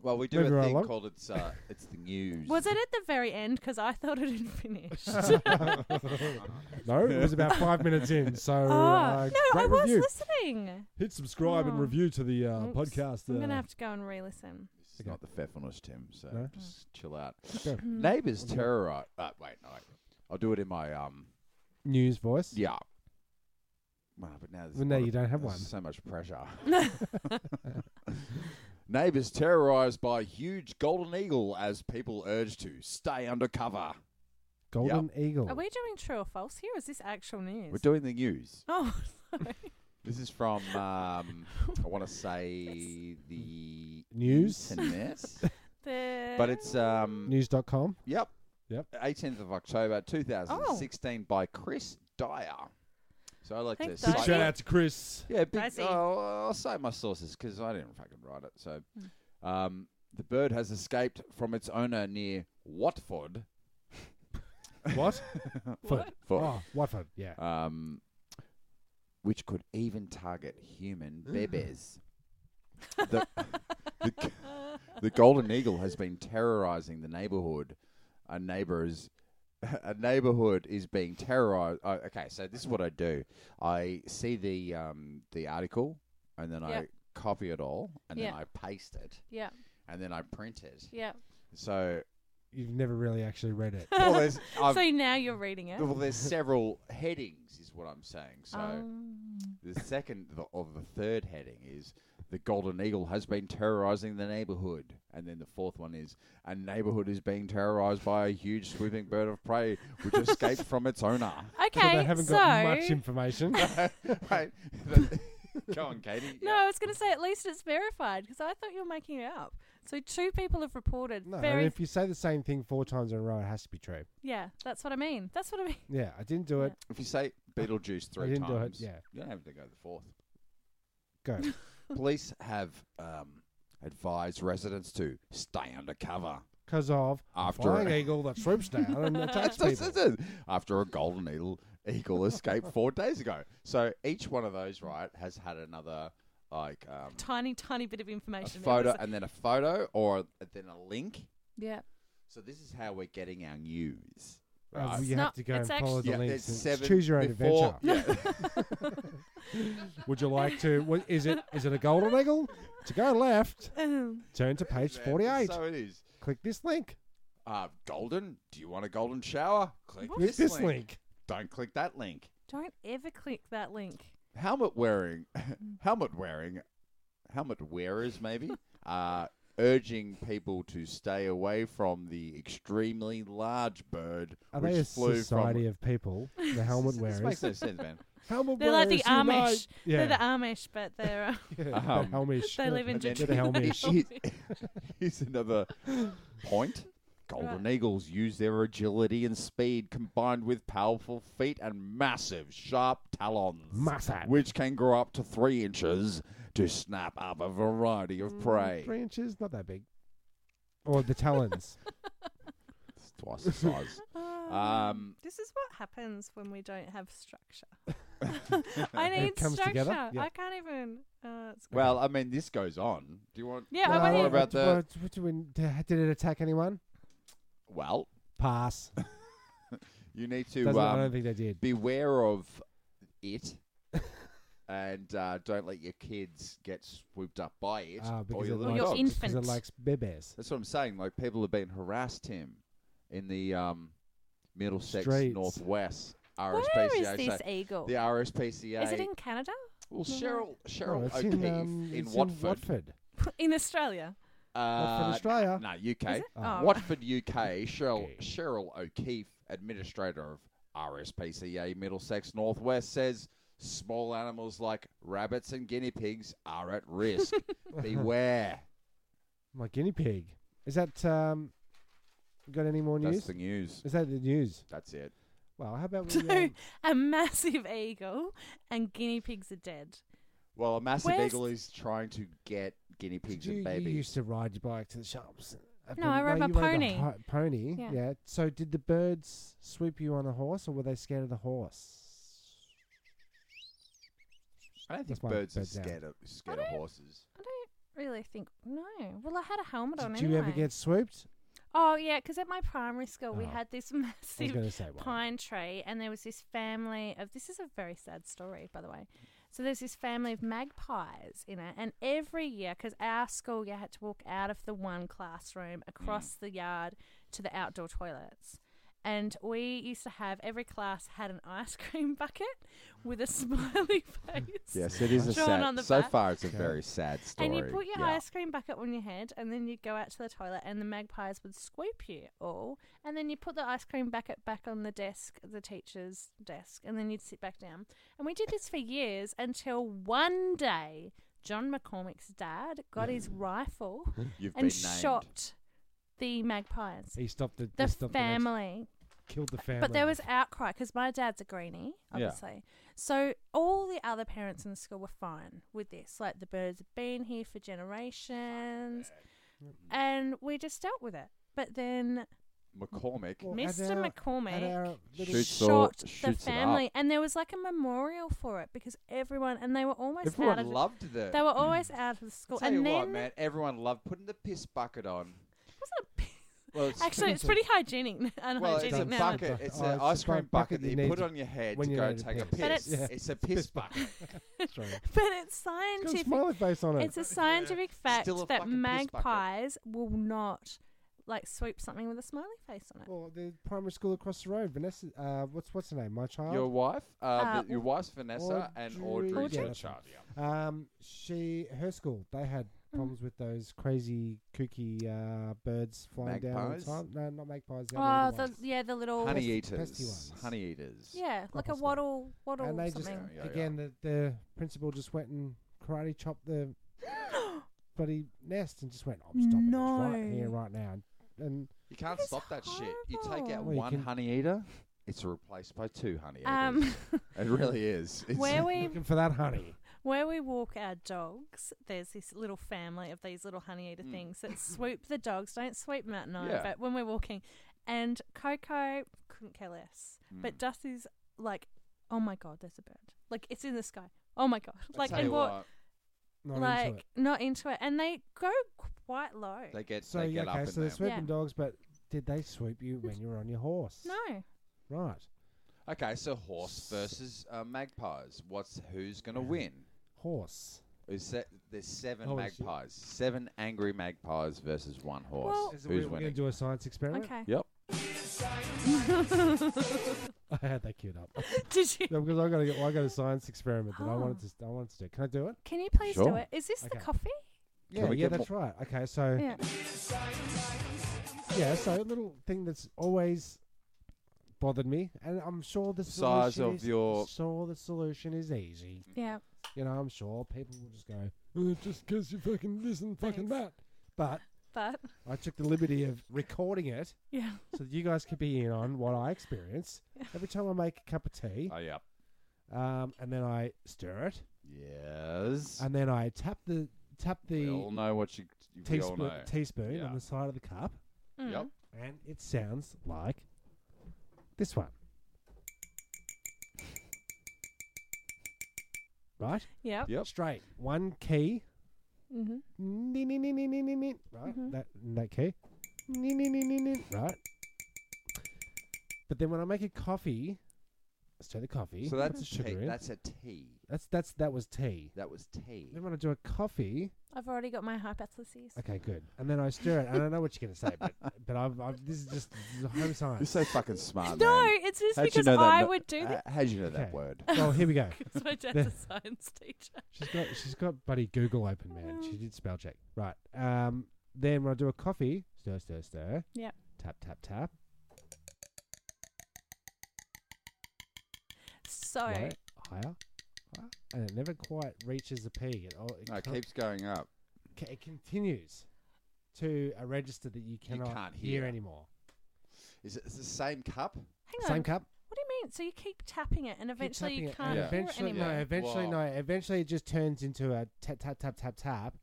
S3: Well, we do
S4: Maybe
S3: a
S4: right
S3: thing
S4: along.
S3: called it's [laughs] uh, it's the news.
S5: Was it at the very end? Because I thought it had
S4: [laughs]
S5: finished. [laughs] Oh,
S4: No, it was
S3: [laughs]
S4: about five minutes in. So
S5: oh
S4: uh,
S5: no,
S4: great
S5: I was
S4: review.
S5: listening.
S4: Hit subscribe
S5: Oh.
S4: and review to the uh,
S5: Oops.
S4: podcast.
S5: I'm gonna
S4: uh,
S5: have to go and re-listen.
S3: It's not the Pfeffernuss, Tim. So
S4: No?
S3: just chill out.
S5: Hmm. [laughs]
S4: Go.
S5: Mm.
S3: Neighbours terrorite. Uh, wait, no. wait. I'll do it in my um.
S4: news voice.
S3: Yeah. Wow, but now there's
S4: Well,
S3: a
S4: now
S3: lot
S4: you
S3: of-
S4: don't have
S3: there's
S4: one.
S3: So much
S5: [laughs]
S3: pressure. [laughs] Neighbours terrorised by huge golden eagle as people urge to stay undercover.
S4: Golden Eagle.
S5: Are we doing true or false here? Or is this actual news?
S3: We're doing the news.
S5: oh, [laughs] sorry.
S3: This is from
S5: [laughs]
S3: um, I want to say the
S4: News.
S3: internet,
S5: [laughs] The
S3: but it's um,
S4: News.com.
S3: Yep.
S4: Yep.
S3: 18th of October
S5: Oh.
S3: 2016 by Chris Dyer. So I like
S5: Thanks,
S3: to
S5: Dyer.
S3: cite-
S5: Shout out
S4: to Chris.
S3: Yeah, big,
S5: Dicey.
S3: I'll, I'll cite my sources because I didn't fucking write it. So um, the bird has escaped from its owner near Watford.
S4: What? Foot.
S3: [laughs] For,
S4: Oh, Watford. Yeah.
S3: um, which could even target human
S5: Mm. [laughs]
S3: bebes. the, the, g- the golden eagle has been terrorizing the neighborhood. A neighbor's [laughs] a neighborhood is being terrorized. Oh, okay, so this is what I do. I see the um, the article, and then
S5: Yep.
S3: I copy it all, and
S5: Yeah.
S3: then I paste it,
S5: yeah,
S3: and then I print it.
S5: yeah.
S3: So,
S4: You've never really actually read it.
S3: well, there's I've,
S5: [laughs] so now you're reading it.
S3: well, there's several headings, is what I'm saying. So.
S5: Um,
S3: The second the, or the third heading is the golden eagle has been terrorizing the neighborhood, and then the fourth one is a neighborhood is being terrorized by a huge swooping bird of prey
S4: [laughs]
S3: which escaped from its owner. [laughs]
S5: okay,
S4: so they haven't
S5: so
S4: got much
S5: [laughs]
S4: information. [laughs]
S3: Right? The- Go on, Katie.
S5: No, I was going to say at least it's verified because I thought you were making it up. So two people have reported.
S4: no,
S5: very
S4: and if you say the same thing four times in a row, it has to be true.
S5: yeah, that's what I mean. That's what I mean.
S4: Yeah, I didn't do it.
S3: If you say Beetlejuice three
S4: didn't do it,
S3: times,
S4: yeah.
S3: you don't have to go the fourth.
S4: Go.
S3: Police have um, advised residents to stay undercover
S4: Because of
S3: [laughs] After
S4: flying
S3: it.
S4: eagle that swoops down and
S5: [laughs]
S3: [laughs]
S4: attacks
S3: That's-
S4: people. Uh,
S3: that's it. After a golden eagle, eagle escaped four days ago. So each one of those, right, has had another like um,
S5: [laughs] Tiny, tiny bit of
S3: a
S5: information. It
S3: photo
S5: was-
S3: and then a photo or then a link.
S5: yeah.
S3: So this is how we're getting our news.
S4: Oh, well,
S3: Right.
S4: you
S5: No,
S4: have to go and
S5: it's
S4: follow
S5: actually-
S4: the
S3: Yeah,
S4: links.
S3: there's
S4: and
S3: seven
S4: choose your own
S3: before-
S4: adventure.
S3: [laughs]
S4: Would you like to? What, is it? Is it a golden eagle? To go left, turn to
S3: [laughs]
S4: page
S3: Man,
S4: forty-eight.
S3: So it is.
S4: Click this link.
S3: Uh, golden. Do you want a golden shower? Click
S4: Click
S3: this,
S4: this
S3: link.
S4: link.
S3: Don't click that link.
S5: Don't ever click that link.
S3: [laughs]
S4: [laughs]
S3: Helmet wearing, helmet wearing, helmet wearers maybe. uh, urging people to stay away from the extremely large bird
S4: Are
S3: which
S4: they a
S3: flew
S4: society
S3: [laughs] from.
S4: of
S5: [laughs]
S4: people? The helmet
S3: This
S4: wearers.
S3: makes no sense, man. [laughs]
S4: Helmet
S5: They're like the
S4: wearers unite!
S5: Amish.
S4: Yeah.
S5: They're the Amish, but they're uh,
S4: [laughs] Yeah,
S3: Um,
S4: the Helmish.
S5: they live in
S3: And then
S4: Get a
S3: [laughs]
S4: helmet.
S5: [laughs]
S3: here's, here's
S4: [laughs]
S3: another point. Golden eagles use their agility and speed combined with powerful feet and massive, sharp talons,
S4: Massive.
S3: which can grow up to three inches to snap up a variety of prey.
S4: Mm, Three inches, not that big. Or the talons.
S3: It's twice the size. Um,
S5: this is what happens when we don't have
S3: [laughs]
S5: structure. [laughs] I
S4: It
S5: need
S4: comes
S5: structure.
S4: together, yeah.
S5: I can't even. Uh, it's
S3: well, I mean, this goes on. Do you want?
S5: Yeah,
S4: No,
S5: I
S3: what
S5: mean,
S3: about
S4: what-
S3: the-
S4: what- what do we- d- Did it attack anyone?
S3: Well,
S5: [laughs]
S4: Pass.
S3: you need to.
S4: Doesn't, I
S3: um,
S4: don't think they did.
S3: beware of
S4: [laughs]
S3: it and uh, don't let your kids get swooped up by it
S5: Oh,
S4: Ah,
S3: or
S4: because
S3: your
S4: it
S3: little
S5: Or your
S4: likes,
S3: dogs.
S5: infant.
S4: because it likes bebes.
S3: That's what I'm saying. Like people have been harassed him in the um, Middlesex
S4: Streets.
S3: Northwest
S5: Where
S3: RSPCA.
S5: is
S3: so
S5: this eagle?
S3: the RSPCA.
S5: Is it in Canada? [laughs]
S3: well, Cheryl Cheryl
S4: No, it's
S3: O'Keefe
S4: in,
S3: in,
S4: um, it's
S3: Watford.
S4: in Watford.
S5: in Australia.
S3: Uh,
S4: Australia.
S3: No, UK.
S5: Is it? Oh.
S3: Watford,
S4: [laughs]
S3: UK. Cheryl Cheryl O'Keefe, administrator of RSPCA Middlesex Northwest, says small animals like rabbits and guinea pigs are at
S4: [laughs]
S3: risk. Beware.
S4: My guinea pig. Is that um? Got any more
S3: That's
S4: news?
S3: the news.
S4: Is that the news?
S3: That's it.
S4: Well, how about
S5: [laughs]
S4: we?
S5: So
S4: um,
S5: a massive eagle and guinea pigs are dead.
S3: Well, a massive
S5: Where's-
S3: eagle is trying to get guinea pigs
S4: you,
S3: and
S4: you
S3: babies.
S4: used to ride your bike to the shops. Uh,
S5: No, I rode my
S4: you rode a
S5: pony.
S4: ho- pony.
S5: Yeah.
S4: Yeah. So did the birds swoop you on a horse, or were they scared of the horse?
S3: I don't think
S4: That's why
S3: birds are
S4: birds out.
S3: scared of, scared
S5: I
S3: of
S5: don't- [laughs]
S3: horses.
S5: I don't really think no. Well, I had a helmet on
S4: Did
S5: anyway.
S4: you ever get swooped?
S5: Oh yeah, because at my primary school we
S4: Oh.
S5: had this [laughs]
S4: I was
S5: massive
S4: going to say one.
S5: pine tree, and there was this family of this is a very sad story, by the way. So there's this family of magpies in it, and every year, because our school, you had to walk out of the one classroom across the yard to the outdoor toilets. And we used to have every class had an ice [laughs] cream bucket with a smiley face.
S3: Yes, it is
S5: a
S3: a
S5: Drawn sad- on
S3: sad.
S5: the
S3: So
S5: so back.
S3: far, it's a
S4: Okay.
S3: very
S4: very
S3: sad story.
S5: And you put your ice cream bucket on your head, and then you'd go out to the toilet, and the magpies would swoop you all. And then you put the ice cream bucket back on the desk, the teacher's desk, and then you'd sit back down. And we did this for years until one day, John McCormick's dad
S3: [laughs]
S5: got his rifle
S3: You've been
S5: and
S3: named.
S5: shot the magpies.
S4: He stopped the,
S5: The
S4: he stopped the next-
S5: family.
S4: killed the family.
S5: But there was outcry because my dad's a greenie,
S3: Yeah.
S5: obviously. So all the other parents in the school were fine with this. Like the birds have been here for generations,
S3: Mm-hmm.
S5: and we just dealt with it. But then
S3: McCormick.
S4: Well,
S5: Mr.
S4: at our- at
S5: McCormick
S4: our little-
S3: Shoots all-
S5: shot the
S3: shoots it up.
S5: family, and there was like a memorial for it because everyone and they were almost out
S3: Everyone
S5: of
S3: loved the.
S5: they were always out of the school.
S3: Tell
S5: and
S3: you
S5: then
S3: what, man, everyone loved putting the piss bucket on.
S5: wasn't it-
S3: Well, it's,
S5: [laughs]
S3: [laughs]
S5: actually it's pretty hygienic. [laughs]
S3: well, it's a
S5: unhygienic now.
S3: bucket.
S4: Bucket.
S3: It's
S4: Oh,
S3: an
S4: it's a
S3: ice cream
S4: bucket
S3: bucket
S4: you
S3: that you
S4: need
S3: put
S4: to-
S3: on your head
S4: when
S3: to
S4: you
S3: go
S4: need to
S3: take a
S4: piss.
S5: But
S3: piss.
S5: it's-
S4: Yeah.
S3: It's a piss
S4: [laughs]
S5: [laughs]
S3: bucket.
S4: That's right.
S5: But it's
S4: Got a
S5: scientific.
S4: smiley face on it.
S5: It's a scientific fact
S3: Still a
S5: that
S3: fucking piss bucket.
S5: magpies will not like sweep something with a smiley face on it.
S4: well, the primary school across the road, Vanessa. Uh, what's what's her name? My child.
S3: Your wife, uh,
S5: Uh,
S3: the- your wife's Vanessa and
S4: Audrey
S3: Audrey's her
S4: Audrey?
S3: child. yeah.
S4: Um, she her school they had
S5: Hmm.
S4: problems with those crazy kooky uh, birds flying
S3: Magpies?
S4: down all the time. No, not magpies. the
S5: Oh,
S4: other
S5: the
S4: ones.
S5: yeah, the little
S3: Honey
S4: pesty
S3: eaters.
S4: ones.
S3: Honey eaters.
S5: yeah, like a
S4: stuff.
S5: waddle waddle
S4: and they just
S5: something.
S4: [laughs]
S3: Yeah, yeah.
S4: again The, the principal just went and karate chopped
S5: [gasps]
S4: the bloody nest and just went. "Oh, I'm stopping this right here,
S5: No.
S4: right now. And, and
S3: You can't
S5: That is
S3: stop that shit. You take out
S5: horrible.
S4: Well, you
S3: one
S4: can-
S3: honey eater, it's replaced by two honey eaters.
S5: Um,
S3: [laughs] it really is. It's
S5: where
S3: [laughs]
S5: we
S4: looking for that honey.
S5: [laughs] where we walk our dogs, there's this little family of these little honey eater things that swoop the dogs. Don't swoop them at night,
S3: Mm. Yeah.
S5: but when we're walking, and Coco couldn't care less,
S3: Mm.
S5: but Dusty's like, oh my god, there's a bird. Like it's in the sky. Oh my god.
S3: I
S5: like
S3: tell
S5: and
S3: you
S5: what
S3: what,
S4: Not
S5: like
S4: into it.
S5: not into it, and they go quite low.
S3: they get
S4: So
S3: they
S4: yeah,
S3: get
S4: okay,
S3: up
S4: so
S3: in
S4: they're
S3: there.
S4: swooping
S5: Yeah.
S4: dogs, but did they swoop you when you were on your horse?
S5: no,
S4: Right.
S3: Okay, so horse versus uh, magpies. What's who's gonna win?
S4: Horse.
S3: Is se- there's seven
S4: Holy shit.
S3: magpies, seven angry magpies versus one horse.
S5: Well-
S4: Is
S3: who's
S4: it we're going to
S3: winning?
S4: do a science experiment?
S5: okay.
S3: Yep.
S4: [laughs] I had that queued up. [laughs]
S5: [laughs] Did you?
S4: No, because I got to get. Well, I got a science experiment that I
S5: Oh.
S4: wanted to. I wanted to do. Can I do it?
S5: Can you please do
S3: Sure.
S5: it? Is this the
S4: Okay.
S5: coffee?
S3: Can
S4: Yeah,
S3: we
S4: yeah,
S3: get
S4: that's
S3: more-
S4: right. Okay, so
S5: Yeah.
S4: yeah, so a little thing that's always bothered me, and I'm sure the
S3: Size
S4: solution
S3: of
S4: is,
S3: your-
S4: I'm sure the solution is easy.
S5: Yeah.
S4: You know, I'm sure people will just go, oh, just because you fucking this and fucking that. But
S5: But
S4: I took the liberty of recording it
S5: yeah.
S4: so that you guys could be in on what I experience every time I make a cup of tea,
S3: Oh, yeah.
S4: um, and then I stir it,
S3: Yes.
S4: and then I tap the tap
S3: we all
S4: the
S3: know what you. We all
S4: teaspoon,
S3: know.
S4: teaspoon
S3: oh Yeah.
S4: on the side of the cup.
S5: Mm.
S3: Yep.
S4: And it sounds like this one. Right?
S5: Yep.
S3: Yep.
S4: Straight. One key.
S5: Mm-hmm.
S4: Nee, nee, nee, nee, nee, nee, nee. Right?
S5: Mhm.
S4: That, that key. Nee, nee, nee, nee, nee. Right? But then when I make a coffee, let's try the coffee.
S3: So
S4: put
S3: that's
S4: the
S3: a
S4: sugar
S3: tea.
S4: in.
S3: That's a tea.
S4: that's that's that was tea.
S3: That was tea.
S4: Then when I do a coffee,
S5: I've already got my hypotheses.
S4: okay, good. And then I stir it. I don't know what you're gonna say, but but I've, I've this is just this is home science.
S3: You're so fucking smart,
S5: [laughs] No,
S3: man.
S5: it's just
S3: How'd you
S5: because
S3: know that
S5: I
S3: no-
S5: would do
S3: Uh,
S5: that
S3: how'd you know that
S4: Okay.
S3: word?
S4: [laughs] Well, here we
S5: [laughs]
S4: go.
S5: because my
S4: [laughs]
S5: dad's a science teacher.
S4: She's got she's got buddy Google open, man. She did spell check. Right. Um. Then when I do a coffee, stir, stir, stir.
S5: Yep.
S4: Tap, tap, tap.
S5: So
S4: Lower, higher, higher, and it never quite reaches a P. It, all, it,
S3: No, it
S4: con-
S3: keeps going up.
S4: ca- it continues to a register that you cannot
S3: can't
S4: hear
S3: hear.
S4: anymore.
S3: Is it it's the same cup?
S5: hang on.
S4: Same cup.
S5: What do you mean? So you keep tapping it and
S4: keep
S5: eventually
S4: tapping
S5: you
S4: it,
S5: can't
S4: and
S3: Yeah.
S5: hear it
S4: Eventually,
S5: anymore.
S4: no. Eventually,
S3: Wow.
S4: no. Eventually, it just turns into a tap, tap, tap, tap, tap.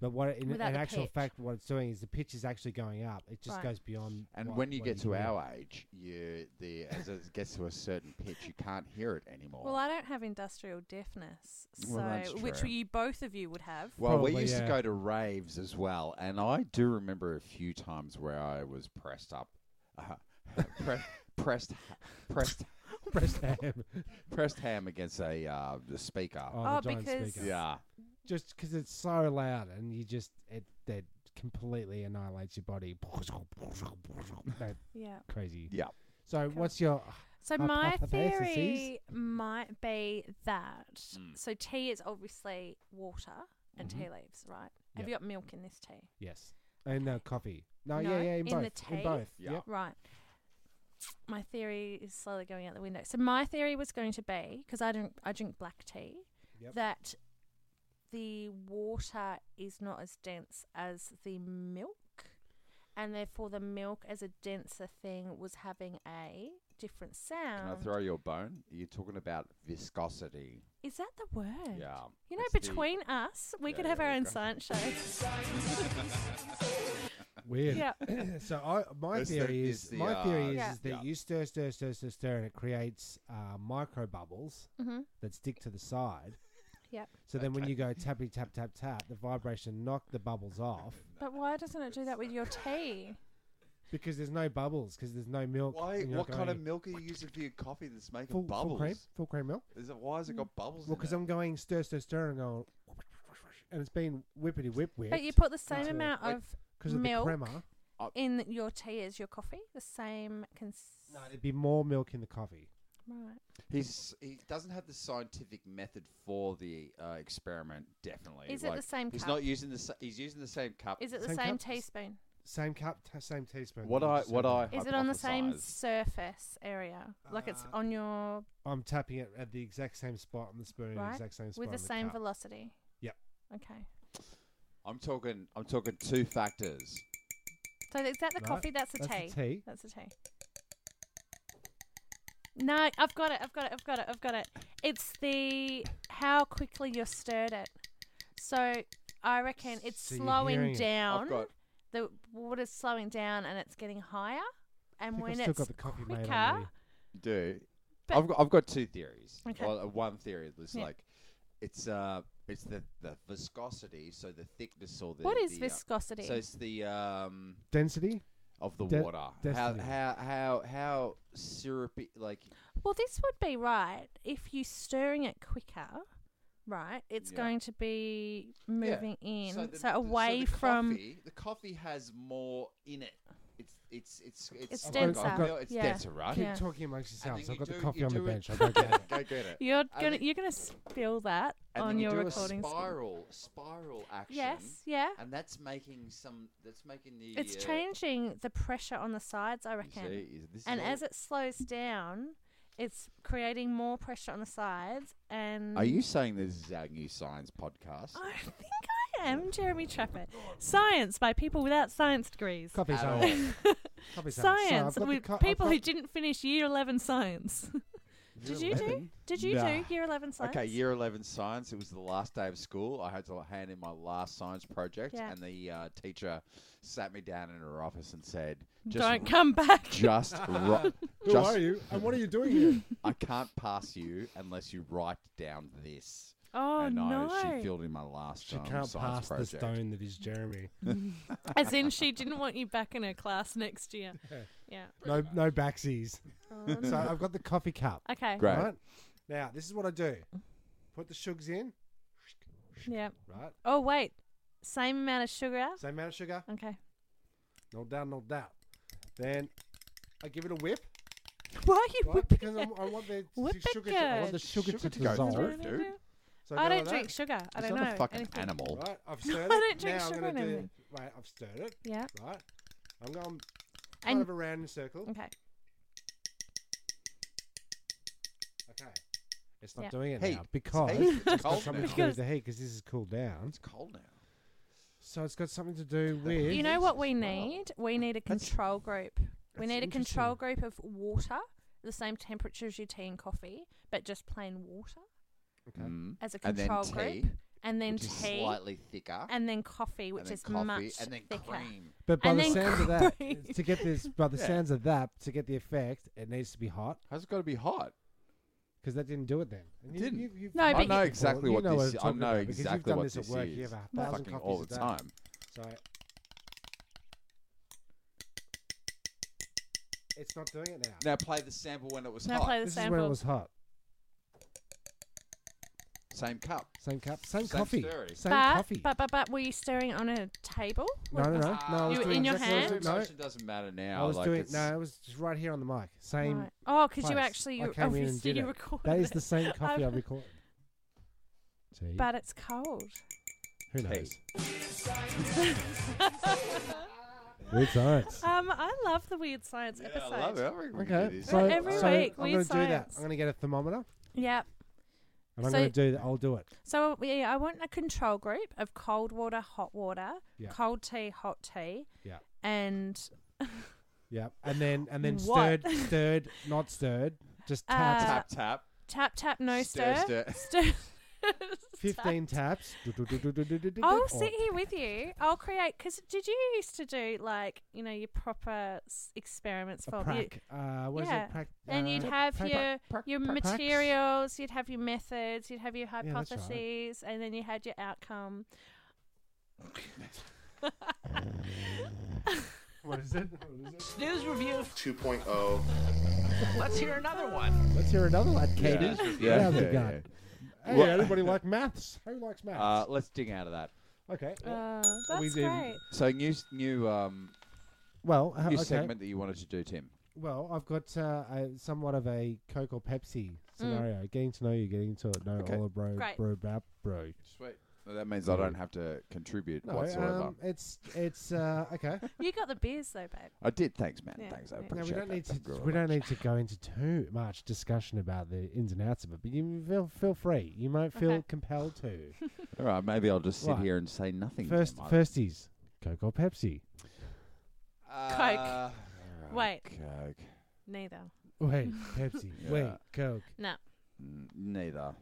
S4: But what it- in, in
S5: Without the
S4: actual
S5: pitch.
S4: fact, what it's doing is the pitch is actually going up. It just
S5: Right.
S4: goes beyond.
S3: And
S4: what-
S3: when you
S4: what
S3: get to
S4: can hear.
S3: our age, you the as it gets to a certain pitch, you can't hear it anymore.
S5: Well, I don't have industrial deafness, so
S3: Well, that's
S5: which
S3: true.
S5: you both of you would have.
S3: Well, we
S4: Probably,
S3: used
S4: yeah.
S3: to go to raves as well, and I do remember a few times where I was pressed up, uh, [laughs] pre- pressed, pressed,
S4: [laughs] press ham.
S3: pressed ham against a uh, the speaker.
S4: Oh,
S5: Oh,
S4: the giant
S5: because-
S4: speaker.
S3: Yeah,
S4: Just because it's so loud and you just it that completely annihilates
S3: [laughs]
S4: your body. that
S5: Yeah.
S4: crazy.
S3: yeah.
S4: So what's your? ah,
S5: So
S4: Hypo-
S5: my
S4: hypotheses.
S5: theory might be that
S3: Hmm.
S5: so tea is obviously water and
S3: Mm-hmm.
S5: tea leaves, right?
S4: Yep.
S5: Have you got milk in this tea?
S4: Yes. And uh, coffee. No,
S5: No,
S4: yeah, yeah, in,
S5: in the
S4: both. In
S5: tea.
S4: both.
S3: Yeah.
S4: Yep.
S5: Right. My theory is slowly going out the window. So my theory was going to be because I don't I drink black tea
S4: Yep.
S5: that the water is not as dense as the milk and therefore the milk as a denser thing was having a different
S3: Can I
S5: sound.
S3: throw you a bone? You're talking about viscosity.
S5: Is that the word?
S3: Yeah.
S5: You know,
S3: It's the-
S5: between us, we
S3: Yeah,
S5: could have
S3: yeah,
S5: our
S3: we
S5: own
S3: could.
S5: science show.
S4: [laughs] Weird. [coughs]
S5: yeah.
S4: so I, my
S3: That's the-
S4: theory
S3: is
S4: is
S3: the,
S4: my theory
S3: uh,
S4: is,
S5: Yeah.
S4: is that
S3: Yeah.
S4: you stir, stir, stir, stir, stir, and it creates uh, micro bubbles
S5: Mm-hmm.
S4: that stick to the side.
S5: Yep.
S4: So then when you go tappy tap tap tap, the vibration knocked the bubbles
S3: [laughs]
S4: off
S5: But why doesn't it do that with your tea?
S4: because there's no bubbles because there's no milk.
S3: Why?
S4: and you're
S3: What
S4: not
S3: kind of
S4: going-
S3: milk are you using for your coffee that's making
S4: full,
S3: bubbles?
S4: full cream? Full cream milk.
S3: Is it, why has it got bubbles?
S4: Well,
S3: in
S4: because
S3: it?
S4: I'm going stir, stir, stir, and going, and it's been whippity whip whip.
S5: But you put the same
S4: Right.
S5: amount
S3: Wait,
S5: of
S4: because of
S5: milk.
S4: the crema,
S5: in your tea as your coffee, the same. Cons-
S4: no, it'd be more milk in the coffee.
S5: right.
S3: He's he doesn't have the scientific method for the uh, experiment. Definitely,
S5: Is it the same
S3: He's
S5: cup?
S3: not using the. sa- He's using the same cup.
S5: Is it the
S4: Same
S5: same,
S4: cup, s-
S5: teaspoon?
S4: Same cup, t- same teaspoon.
S3: What
S4: I'm
S3: I-
S4: just
S3: what
S4: saying.
S3: I-
S5: Is it on the same
S3: hypothesise.
S5: surface area? Like it's
S4: Uh,
S5: on your
S4: I'm tapping it at the exact same spot on the spoon,
S5: right
S4: exact same spot
S5: with the
S4: on
S5: same
S4: cup.
S5: velocity.
S4: Yep.
S5: Okay.
S3: I'm talking. I'm talking two factors.
S5: So is that the
S4: Right.
S5: coffee? That's the
S4: That's
S5: tea.
S4: the tea.
S5: That's the tea. No, I've got it. I've got it. I've got it. I've got it. It's the how quickly you stirred it. So I reckon it's
S4: So you're hearing
S5: slowing
S4: it. I've
S5: down.
S3: I've got.
S5: the water's slowing down and it's getting higher.
S4: I
S5: And
S4: think I've
S5: when
S4: still
S5: it's
S4: got the coffee made
S5: quicker-
S4: already.
S3: Do.
S5: But-
S3: I've got. I've got two theories.
S5: Okay.
S3: Well, uh, one theory is
S5: Yeah.
S3: like, it's uh, it's the the viscosity, so the thickness or the
S5: what is
S3: the, uh,
S5: viscosity?
S3: so it's the um
S4: Density?
S3: of the
S4: De-
S3: water. How
S4: density.
S3: how how how syrupy like
S5: well, this would be right if you're stirring it quicker, right? It's
S3: Yeah.
S5: going to be
S3: Yeah.
S5: moving in, so,
S3: the- the-
S5: away
S3: the
S5: from.
S3: coffee, the coffee has more in it. It's it's it's
S5: It's
S3: it's
S5: I've got- denser. I've got-
S3: it's
S5: yeah.
S3: denser, right?
S5: Yeah.
S4: Keep talking amongst yourselves.
S3: you
S4: I've got the
S3: do-
S4: coffee
S3: you
S4: on the
S3: do it-
S4: bench.
S3: [laughs]
S4: I don't get it.
S3: Go get it.
S5: You're
S3: I
S5: gonna
S3: think-
S5: you're gonna spill that
S3: And
S5: on
S3: then you
S5: your
S3: do
S5: recording.
S3: a
S5: skill.
S3: spiral spiral action.
S5: Yes, yeah.
S3: And that's making some. That's making the.
S5: It's
S3: uh,
S5: changing the pressure on the sides, I
S3: you see,
S5: reckon.
S3: is- this is
S5: And
S3: all-
S5: as it slows down, it's creating more pressure on the sides. And
S3: Are you saying this is our new science podcast?
S5: I think I am Jeremy Trafford. Science by people without science degrees.
S4: Coffee's
S3: At
S4: home. Coffee's home. So I've
S5: Science
S4: got the
S5: with
S4: co- I've
S5: people who
S4: got-
S5: didn't finish year eleven science. [laughs] Did you do? Did you
S3: Nah.
S5: do year eleven science?
S3: Okay, year 11 science. It was the last day of school. I had to hand in my last science project,
S5: Yeah.
S3: and the uh, teacher sat me down in her office and said, just,
S5: Don't come back.
S3: [laughs]
S5: [laughs]
S3: Just, ri-
S4: Who
S3: just
S4: are you? And what are you
S3: [laughs]
S4: doing here?
S3: I can't pass you unless you write down this.
S5: oh
S3: and
S5: no!
S3: I, she filled in my last
S4: She
S3: um,
S4: can't
S3: science
S4: pass the
S3: project.
S4: stone that is Jeremy.
S5: As in, she didn't want you back in her class
S4: [laughs]
S5: next year. Yeah.
S4: No, no backsies.
S5: Oh,
S4: So I've got the coffee cup.
S5: okay.
S3: Great.
S4: Right. Now this is what I do. Put the sugars in.
S5: Yeah.
S4: Right.
S5: Oh wait, same amount of sugar.
S4: Same amount of sugar.
S5: Okay.
S4: No doubt. No doubt. Then I give it a whip.
S5: Why are you
S4: Right?
S5: whipping
S4: Because I'm, I want the
S5: Whip it
S4: sugar. To, I want
S5: good.
S4: the sugar,
S3: Sugar
S4: to
S3: to go
S4: dissolve.
S3: through. dude.
S4: So
S5: I
S4: go
S5: don't
S4: like
S5: drink
S4: that.
S5: sugar. I
S3: It's
S5: don't
S3: not
S5: know.
S3: a fucking
S5: anything.
S3: animal.
S4: Right.
S5: [laughs]
S4: I've stirred
S5: I
S4: it.
S5: don't drink
S4: now
S5: sugar
S4: I'm
S5: in
S4: gonna do.
S5: anything.
S4: Right. I've stirred it.
S5: Yeah.
S4: Right. I'm going kind
S5: And
S4: of around in a circle.
S5: okay.
S4: Okay. It's not
S5: Yeah.
S4: doing it
S3: Hey,
S4: now because
S3: hey, it's
S4: it's got
S3: cold
S4: something to
S5: now.
S4: do with the heat because this is cooled down.
S3: It's cold now.
S4: So it's got something to do with.
S5: You know what we
S3: Wow.
S5: need? We need a
S4: That's-
S5: control group. We
S4: that's
S5: need a control group of water, the same temperature as your tea and coffee, but just plain water
S4: Okay.
S3: Mm.
S5: as a
S3: And then
S5: control
S3: tea,
S5: group, and then
S3: which is
S5: tea,
S3: slightly thicker,
S5: and then coffee, which
S3: and then
S5: is
S3: coffee,
S5: much
S3: and then
S5: thicker.
S3: cream.
S4: But by
S5: And
S4: the
S5: then
S4: sounds of that,
S5: cream.
S4: to get this, by the
S3: [laughs] Yeah.
S4: sounds of that, to get the effect, it needs to be hot
S3: How's it got to be hot?
S4: because that didn't do it then. And
S3: It didn't.
S4: you've
S5: No,
S4: done
S5: but
S4: it
S5: I know
S4: before.
S3: exactly
S4: You
S3: what
S4: know
S3: this-
S4: I'm
S3: I
S4: talking
S3: know
S4: about because you've
S3: exactly
S4: done
S3: what
S4: this at
S3: this
S4: work.
S3: is.
S4: You have a
S5: Right.
S4: thousand
S3: Fucking
S4: coffees
S3: all
S4: a
S3: the
S4: day.
S3: time.
S4: So it's not doing it now.
S3: Now play the sample when it was
S5: Now
S3: hot.
S5: play the
S4: this is when
S5: sample.
S4: it was hot.
S3: Same cup.
S4: Same cup, same,
S3: Same
S4: coffee,
S3: story.
S4: same
S5: but,
S4: coffee.
S5: but but but were you stirring on a table?
S4: no,
S5: What
S4: no,
S5: was-
S4: no, no. I was
S5: You-
S4: doing
S5: in your
S4: exactly what I was
S5: hand?
S4: doing. No,
S3: Motion doesn't matter now.
S4: I was
S3: like
S4: doing
S3: it's-
S4: no, it was just right here on the mic. Same.
S5: Right. Oh, because you
S4: place.
S5: actually
S4: I
S5: you
S4: came in and
S5: obviously
S4: did
S5: you
S4: it.
S5: recorded.
S4: That is
S5: it.
S4: the
S5: [laughs]
S4: same coffee I
S5: I've-
S4: recorded. See,
S5: But it's cold.
S4: who
S3: Hey.
S4: knows?
S3: [laughs]
S4: Weird science.
S5: Um, I love the weird science
S3: Yeah, I
S5: episode.
S3: love it. I reckon we can do
S4: Okay,
S3: this.
S4: so,
S5: every
S4: so
S5: week,
S4: I'm
S5: weird
S4: going to do that.
S5: science.
S4: I'm going to get a thermometer
S5: Yep.
S4: and I'm
S5: So-
S4: going to do that. I'll do it.
S5: So yeah, I want a control group of cold water, hot water,
S4: Yeah.
S5: cold tea, hot tea,
S4: Yeah.
S5: and
S4: Yeah, and then and then
S5: What?
S4: stirred, stirred, not stirred, just
S5: Uh,
S4: taps.
S3: tap tap.
S5: tap tap no
S3: Stir,
S5: stir. [laughs] stir.
S4: Fifteen taps.
S5: [laughs] I'll
S4: Oh,
S5: sit here with you. I'll create. Cause did you used to do like you know your proper s- experiments
S4: a
S5: for you-
S4: prac. Uh, what is
S5: Yeah.
S4: it? Prac,
S5: and you'd
S4: uh,
S5: have
S4: prac-
S5: your
S4: prac-
S5: your
S4: prac- pracs.
S5: materials, you'd have your methods, you'd have your
S4: Yeah, that's right.
S5: hypotheses, and then you had your outcome.
S4: What is it? What is it?
S7: News review 2.0.
S4: [laughs] Let's hear another one, Katie.
S3: Yeah.
S4: Yeah, how's
S3: yeah,
S4: it going?
S3: yeah.
S4: Hey,
S3: Well-
S4: anybody like maths? Who likes maths?
S3: Uh, let's dig out of that.
S4: okay.
S5: Uh,
S4: Are we
S5: that's
S4: doing-
S5: great.
S3: So new s- new um
S4: well, uh,
S3: new
S4: okay.
S3: segment that you wanted to do, Tim.
S4: Well, I've got uh, a, somewhat of a Coke or Pepsi scenario. Getting to know you, getting to know
S3: Okay.
S4: all the bro,
S5: Mm. Great.
S4: bro, bro, bro.
S3: Sweet. that means I don't have to contribute
S4: No,
S3: whatsoever.
S4: um, it's it's uh,
S3: [laughs]
S4: okay.
S5: You got the beers though,
S4: [laughs]
S5: babe.
S3: I did. Thanks, man.
S5: yeah,
S3: Thanks. I
S5: yeah. No, we
S4: Now,
S3: appreciate
S4: we
S3: that.
S4: don't need to
S3: Thank you very
S4: we don't
S3: much.
S4: need to go into too much discussion about the ins and outs of it, but you feel feel free. You might feel
S5: Okay.
S4: compelled
S3: [laughs]
S4: to.
S3: All right. Maybe I'll just sit
S4: Right.
S3: here and say nothing. then,
S4: First,
S3: Mike.
S4: firsties, Coke or Pepsi.
S3: Uh, all
S5: Wait.
S3: right, Coke.
S5: Neither. [laughs]
S4: Wait, Pepsi. Wait,
S3: Yeah.
S4: Coke.
S5: No.
S3: Mm, Neither.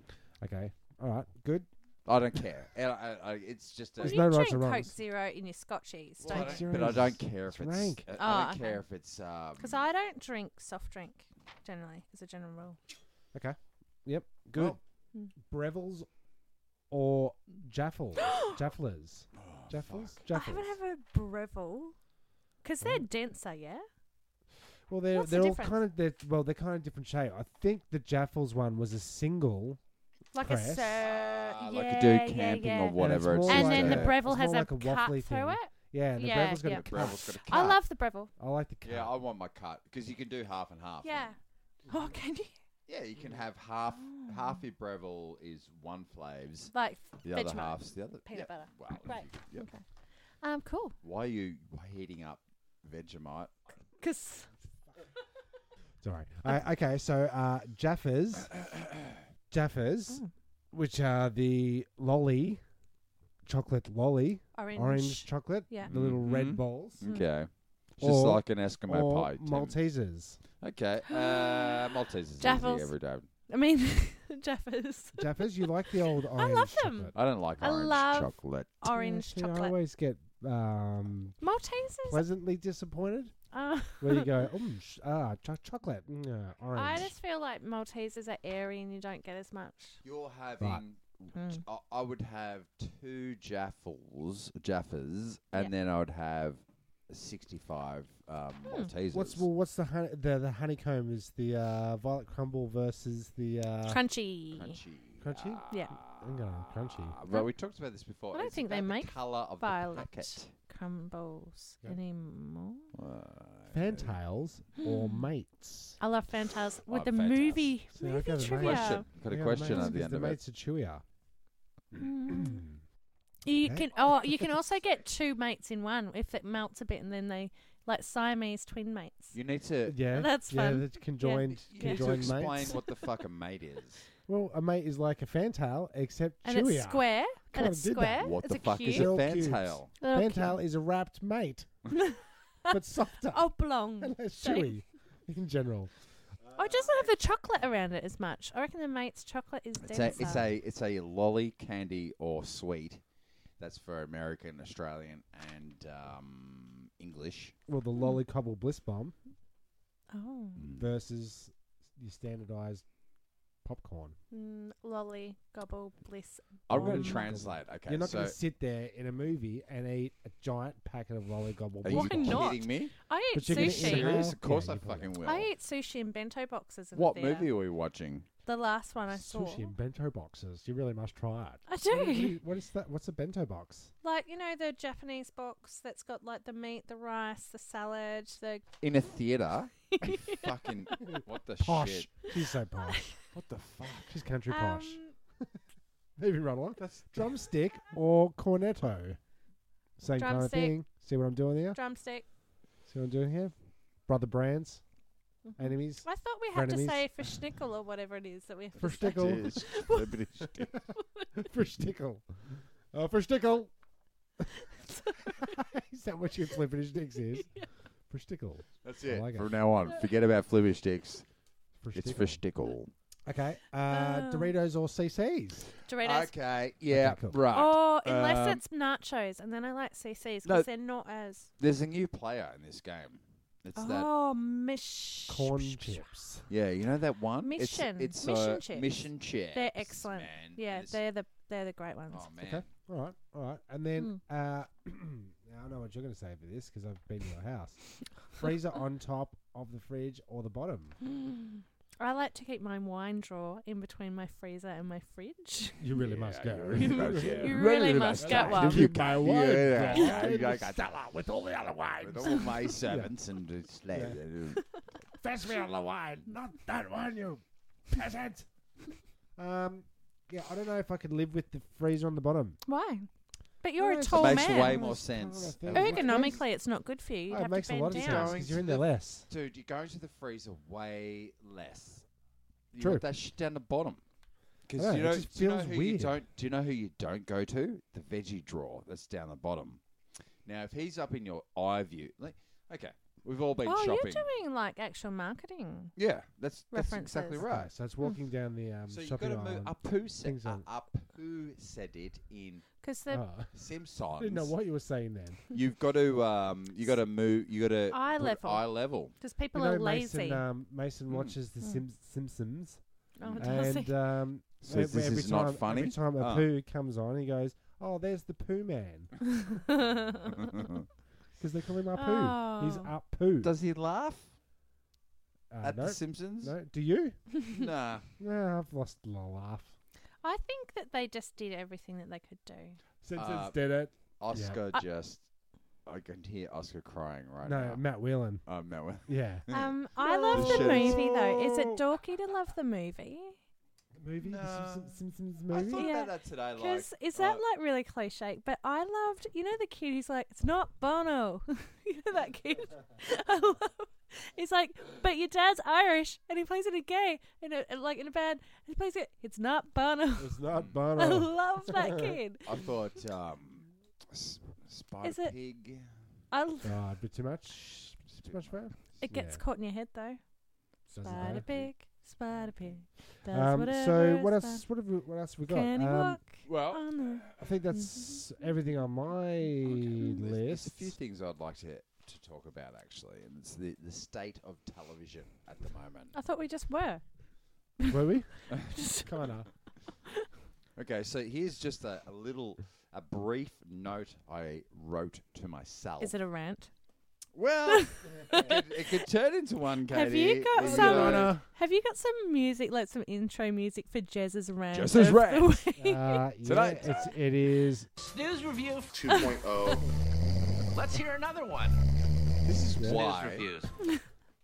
S4: Okay. All right. Good.
S3: I don't care. [laughs] I, I, I, it's just a.
S4: There's
S5: you
S4: no rights
S5: drink
S4: or
S5: Coke
S4: wrongs.
S5: Zero in your scotchies,
S3: Well, I
S5: don't
S3: don't-
S5: you?
S3: but I
S4: Yours
S3: don't care if
S4: is
S3: it's.
S4: rank.
S3: I- I
S5: Oh,
S3: don't
S5: okay.
S3: care if it's. Um,
S5: Because I don't drink soft drink generally, as a general rule.
S4: Okay. Yep. Good. Breville's or
S3: [gasps]
S4: Jaffel? Jafflers.
S3: Oh,
S4: Jafflers?
S3: fuck.
S4: Jaffels.
S5: I haven't had a Breville. Because
S4: Hmm?
S5: they're denser, yeah?
S4: Well, they're
S5: What's the
S4: they're all
S5: difference?
S4: kind of they're, well they're kind of different shape. I think the Jaffels one was a single.
S5: Like a
S4: Press.
S5: sir.
S3: Ah,
S5: yeah,
S3: like you do
S5: yeah,
S3: camping
S5: yeah.
S3: or whatever.
S4: more
S3: it's
S5: And
S3: just
S4: like
S5: then the
S3: a-
S4: bread-
S5: Breville
S4: it's
S5: has
S4: more
S5: a,
S4: like a
S5: cut
S4: waffly
S5: through
S4: thing.
S5: it.
S4: Yeah, the
S5: Yeah,
S4: Breville's got
S5: yeah.
S3: The
S4: a cut.
S3: Breville's got a
S5: I
S3: cut.
S5: love the Breville.
S4: I like the cut.
S3: Yeah, I want my cut because you can do half and half.
S5: Yeah. Oh, can you?
S3: Yeah, you can have half. Half your Breville is one flavors.
S5: Like
S3: The
S5: Vegemite.
S3: other half's the other.
S5: Peanut butter.
S3: Wow. if
S5: Right.
S3: you- yeah.
S5: Okay. Um, cool.
S3: Why are you heating up Vegemite?
S5: Because
S4: Sorry. Uh, okay, so uh,
S3: [coughs]
S4: Jaffers, Jaffers,
S5: Mm.
S4: which are the lolly, chocolate lolly,
S5: orange.
S4: orange chocolate,
S5: Yeah.
S4: the little
S3: Mhm.
S4: red balls,
S5: Hmm.
S3: Okay. Just
S4: Or-
S3: like an Eskimo
S4: or
S3: pie. Tim.
S4: Maltesers.
S5: [gasps]
S3: Okay. Uh, Maltese is easy
S5: Jaffles.
S3: every day.
S5: [laughs] I mean, [laughs] Jeffers.
S4: Jaffers, you like the
S5: [laughs]
S4: old orange?
S5: love them.
S4: chocolate.
S3: I don't like
S5: I
S3: orange
S5: love-
S3: chocolate.
S4: Yeah,
S5: Orange
S4: see, I
S5: chocolate.
S4: always get um,
S5: Maltesers.
S4: pleasantly disappointed
S5: Uh,
S4: where
S5: [laughs]
S4: you go, oh, sh- ah, cho- chocolate, mm, yeah, orange.
S5: I just feel like Maltesers are airy and you don't get as much.
S3: You're having.
S5: Hmm.
S3: I, I would have two Jaffles, Jaffers, and
S5: Yeah. Hmm.
S3: then I would have 65 um, Maltesers.
S4: What's well, what's the honey, the the honeycomb is the uh, violet crumble versus the uh,
S5: Crunchy.
S3: crunchy?
S4: crunchy.
S5: Yeah.
S4: I'm going to crunchy.
S3: Ah, well, we talked about this before.
S5: I don't
S3: It's
S5: think they
S3: about the
S5: make
S3: colour of
S5: violet.
S3: the packet.
S5: Crumbles
S4: Yeah.
S5: anymore.
S4: Fantails or
S5: Hmm.
S4: mates?
S5: I love Fantas with
S3: Oh,
S5: the
S3: Fantas.
S5: movie.
S4: See, I
S5: movie
S4: got a
S5: trivia.
S4: nice-
S3: Question. Got a
S4: Yeah,
S3: question
S4: mates,
S3: at the
S4: 'cause
S3: end of it. Hmm.
S4: mates are chewier.
S5: Mm. You
S4: Okay.
S5: can oh you can also get two mates in one if it melts a bit and then they like Siamese twin mates.
S3: You need to,
S4: Yeah,
S5: That's
S4: yeah,
S5: fun.
S4: that's conjoined,
S3: you need to
S4: conjoined
S3: explain
S4: mates.
S3: what the fuck a mate is. [laughs]
S4: Well, a mate is like a fantail except
S5: And
S4: chewier.
S5: it's square. And
S4: Kinda
S5: it's
S4: did that.
S5: square.
S3: what
S5: it's
S3: the
S5: a
S3: fuck Eh? is a
S5: cube.
S4: Little cubes.
S3: fantail?
S5: Little cube.
S4: Fantail is a wrapped
S5: [laughs]
S4: mate, but softer [laughs]
S5: Oblong.
S4: and less
S5: shape.
S4: chewy in general.
S5: Oh, it doesn't have the chocolate around it as much. I reckon the mate's chocolate is
S3: It's a,
S5: denser.
S3: it's a it's a lolly candy or sweet. That's for American, Australian, and um, English.
S4: Well,
S5: Mm.
S4: the lolly cobble bliss bomb
S5: oh,
S3: Mm.
S4: versus your standardized popcorn.
S5: mm, lolly gobble bliss.
S3: I'm going
S5: bomb.
S3: to translate. Okay,
S4: You're not
S3: so
S4: going to sit there in a movie and eat a giant packet of lolly gobble.
S3: are
S4: bliss
S3: you
S5: Why
S4: bombs.
S5: not?
S3: kidding me?
S5: I eat
S4: But you're gonna eat
S5: sushi.
S4: it
S3: Serious?
S4: Yeah,
S3: Of course
S4: you
S3: I
S4: probably
S3: fucking will.
S5: I eat sushi in bento boxes. In
S3: what
S5: the theatre.
S3: movie are we watching?
S5: The last one I saw.
S4: Sushi and bento boxes. You really must try it.
S5: I
S4: What do
S5: do.
S4: you- What is that? What's a bento box?
S5: Like, you know, the Japanese box that's got like the meat, the rice, the salad,
S3: [laughs]
S5: the.
S3: In a theater? [laughs] fucking what the
S4: Posh.
S3: shit?
S4: She's so
S5: [laughs]
S4: posh.
S3: What the fuck?
S4: She's country
S5: Um,
S4: posh. [laughs] Moving right along.
S3: [laughs]
S4: drumstick or cornetto. Same kind of
S5: Drumstick.
S4: thing. See what I'm doing here?
S5: drumstick.
S4: See what I'm doing here? Brother brands, enemies.
S5: I thought we had to
S4: Frenemies.
S5: say for schnickel or whatever it is that we have
S4: For
S5: to say.
S4: stickle. [laughs] for stickle. Uh, for stickle. is that what your flippity sticks is? For stickle.
S3: That's
S4: it. like it.
S3: From now on, forget about flivver sticks.
S4: For
S3: It's
S4: stickle.
S3: for stickle.
S4: Okay. Uh,
S5: Ah.
S4: Doritos or CC's?
S5: Doritos.
S3: Okay, yeah,
S4: Okay, cool.
S3: right.
S5: Or unless
S3: Um,
S5: it's nachos, and then I like CC's because
S3: No.
S5: they're not as.
S3: There's a new player in this game. It's that
S5: Oh, mish.
S4: Corn chips.
S3: Yeah, you know that one? It's-
S5: Mission.
S3: It's,
S5: Mission
S3: uh,
S5: chips.
S3: Mission chips.
S5: They're excellent.
S3: man.
S5: yeah,
S3: It's-
S5: they're the they're the great ones.
S3: Oh, man.
S4: Okay. All right. All right. And then uh, [clears throat] now I know what you're going to say for this because I've been to your house. Freezer on top of the fridge or the bottom?
S5: I like to keep my wine drawer in between my freezer and my fridge. [laughs]
S4: You really must go.
S5: you really must get one.
S4: [laughs]
S3: Yeah,
S4: buy [laughs] bro.
S3: yeah, you
S4: Take the
S3: like that.
S4: stuff with all the other
S3: With
S4: wines.
S3: all my servants and uh,
S4: [laughs]
S3: slaves.
S4: Fetch me all the wine, not that one, you peasant. um, yeah, I don't know if I could live with the freezer on the bottom.
S5: Why? But you're a
S4: Nice.
S5: tall
S3: Makes way
S5: man.
S3: more
S4: It's kind of
S3: sense.
S4: a thing.
S5: Ergonomically, it's not good for you. You'd
S4: Oh, it
S5: have
S4: makes a
S5: to bend
S4: lot of
S5: down.
S4: sense
S3: Going
S4: because
S3: to
S4: you're in there
S3: the-
S4: less.
S3: Dude, you go into the freezer way less. You
S4: True.
S3: want that shit down the bottom. Because
S4: I
S3: you
S4: know,
S3: know,
S4: it just
S3: do you know
S4: feels
S3: who you
S4: weird.
S3: don't. Do you know who you don't go to? The veggie drawer that's down the bottom. Now, if he's up in your eye view, like, okay, we've all been
S5: Oh,
S3: shopping.
S5: you're doing like actual marketing.
S3: yeah, that's that's exactly
S5: References.
S3: right.
S4: Okay, so it's walking down the um,
S3: So you got
S4: shopping
S3: to
S4: aisle.
S3: move
S4: and-
S3: up who said
S4: things
S3: uh,
S4: on-
S3: up who said it in
S5: Because the
S4: Oh,
S3: Simpsons.
S4: [laughs] I didn't know what you were saying then.
S3: You've got to um, you got to move. You got to
S5: Eye
S3: put
S5: level.
S3: Eye
S4: [laughs]
S3: level.
S5: because people
S4: you know,
S5: are lazy.
S4: Mason, um, Mason watches The
S5: Mm.
S4: Sim- Simpsons,
S5: oh, does
S4: and
S5: he?
S4: um,
S3: So
S4: e-
S3: this is not
S4: time,
S3: funny?
S4: Every time a
S3: Ah.
S4: poo comes on, he goes, "Oh, there's the poo man,"
S3: [laughs]
S4: uh, because they call him our poo. He's
S5: Oh.
S4: our poo.
S3: Does he laugh
S4: Uh,
S3: at
S4: no,
S3: the Simpsons?
S4: no, do you?
S3: nah.
S4: Nah, I've lost the laugh.
S5: [laughs] I think that they just did everything that they could do.
S4: Simpsons
S3: Uh,
S4: did it.
S3: Oscar just I can hear Oscar crying right
S4: No,
S3: now.
S4: Matt Whelan.
S3: No, um, no.
S4: [laughs]
S3: well,
S4: Yeah.
S5: Um, I love
S3: Shit.
S5: the movie though. Is it dorky to love the movie?
S4: Movie? The
S3: No.
S4: Simpsons, Simpsons
S3: I
S4: movie?
S3: thought
S5: Yeah,
S3: about that today. Like,
S5: Because is that
S3: uh,
S5: like really cliche? But I loved, you know, the kid who's like, "It's not Bono." [laughs] you know that kid. I love. He's like, "But your dad's Irish, and he plays it a gay, and a, and, like in a band, he plays it. It's not Bono." [laughs]
S3: [laughs]
S4: It's not
S5: I
S4: Bono. [laughs]
S5: love that kid.
S3: I thought um, s- Spider
S5: Is it-
S3: Pig.
S5: I l-
S4: God, Uh, a bit too much. Too much for him?
S5: it gets
S4: Yeah.
S5: caught in your head though.
S4: Doesn't
S5: Spider
S4: matter.
S5: pig, spider pig, does
S4: Um,
S5: whatever.
S4: so
S5: a
S4: what
S5: spider-
S4: else? What have we, what else have we got?
S5: Can he
S4: Um,
S5: walk? Mm-hmm.
S3: Well,
S5: on the-
S4: I think that's everything on my
S3: Mm, there's- There's
S4: list.
S3: a few things I'd like to, to talk about actually, and it's the, the state of television at the moment.
S5: I thought we just were.
S3: [laughs]
S4: Were we? Kinda.
S3: Okay, so here's just a, a little, a brief note I wrote to myself.
S5: Is it a rant? [laughs]
S3: Well, it, could, it could turn into one, Katie.
S5: Have you got
S3: if
S5: some-
S3: don't-
S5: Donna. Have you got some music, like some intro music for Jez's rant?
S3: Jez's
S5: of the
S3: rant.
S5: week?
S4: Uh, [laughs] yeah,
S3: Tonight.
S4: it's, it is.
S7: 2.0.
S3: This is
S4: Yeah.
S3: why.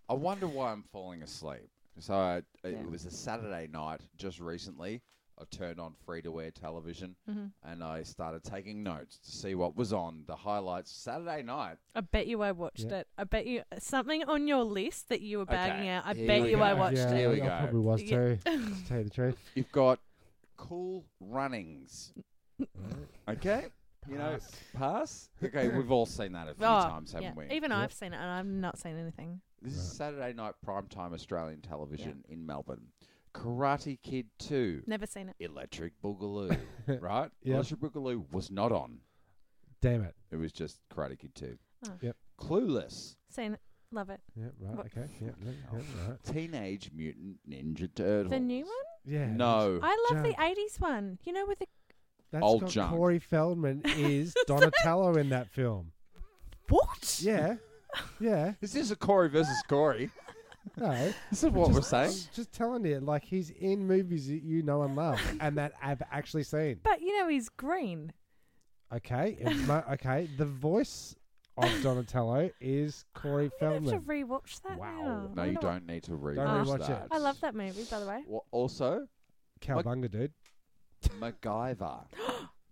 S3: I wonder why I'm falling asleep. So I, it
S5: Yeah.
S3: was a Saturday night just recently. I turned on free to air television
S5: Mm-hmm.
S3: and I started taking notes to see what was on the highlights Saturday night.
S5: I bet you I watched
S4: Yeah.
S5: it. I bet you something on your list that you were
S3: Okay,
S5: bagging out. I
S3: here
S5: bet
S3: we
S5: you
S3: go.
S5: I watched
S4: yeah,
S3: [laughs]
S5: it. [laughs]
S3: Here we
S4: I
S3: go.
S4: probably was
S5: Yeah.
S4: too, to tell you the truth.
S3: You've got cool runnings. Okay? You know,
S5: [laughs]
S3: pass. Okay, we've all seen that a few
S5: Oh,
S3: times, haven't
S5: yeah.
S3: we?
S5: Even
S4: Yep.
S5: I've seen it, and I've not seen anything.
S3: This is Saturday night primetime Australian television in Melbourne. Karate Kid 2,
S5: Never seen it.
S3: Electric Boogaloo, [laughs] right?
S4: Yeah.
S3: Electric Boogaloo was not on.
S4: Damn it.
S3: It was just Karate Kid 2.
S5: Oh.
S4: Yep.
S3: Clueless,
S5: Seen it. Love it.
S4: Yeah, right.
S5: What-
S4: Okay. Yeah, yeah, yeah, right.
S3: Teenage Mutant Ninja Turtles.
S5: The new one?
S4: yeah
S3: No.
S5: I love
S4: Junk.
S5: the '80s one. You know, with the
S4: That's
S3: Old
S4: got
S3: junk.
S4: Corey Feldman is Donatello in that film.
S5: what?
S4: Yeah. Yeah.
S3: Is this a Corey
S5: [laughs]
S3: versus Corey?
S4: No.
S3: This is what we're saying.
S4: Just, just telling you, like he's in movies that you know and love, and that I've actually seen.
S5: But you know, he's green.
S4: Okay,
S5: [laughs]
S4: it mu- okay. The voice of Donatello is Corey
S5: I have to
S4: Feldman.
S5: rewatch that
S4: Wow.
S5: now.
S3: No,
S5: I
S3: you
S5: wonder what-
S3: don't need to read
S4: rewatch it.
S3: that.
S5: I love that movie, by the way.
S3: Wha-
S5: [laughs]
S3: also,
S4: Cowabunga, dude.
S3: MacGyver,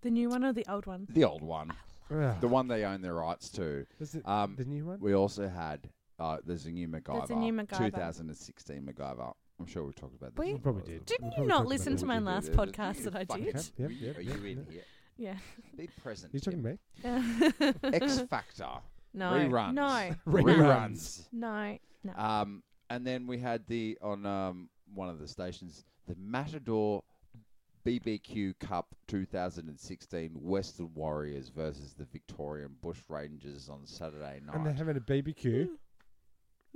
S5: The new one or the old one?
S3: the old one,
S4: Ugh.
S3: the one they own the rights to.
S4: Is it
S3: Um,
S4: the new one?
S3: We also had uh, there's a new MacGyver,
S5: There's a new MacGyver.
S3: 2016 MacGyver. I'm sure we've talked about this.
S5: We-
S4: We probably did.
S5: Didn't
S4: We'll
S5: you
S4: probably
S5: not
S4: talk about
S5: listen
S4: that.
S5: to my last podcast that I
S3: Fucking-
S5: did?
S4: Yep,
S3: Are you
S4: yep,
S3: are
S4: yep,
S3: you in
S4: yep.
S3: here?
S5: Yeah.
S3: Be present.
S4: you talking to
S3: Tim.
S4: me?
S5: [laughs]
S3: X Factor
S5: no.
S3: reruns.
S5: No.
S3: reruns.
S5: No. No.
S3: Um, and then we had the on um, one of the stations the Matador BBQ Cup 2016 Western Warriors versus the Victorian Bush Rangers on Saturday
S4: And they're
S3: night.
S4: having a
S5: Hmm.
S4: BBQ.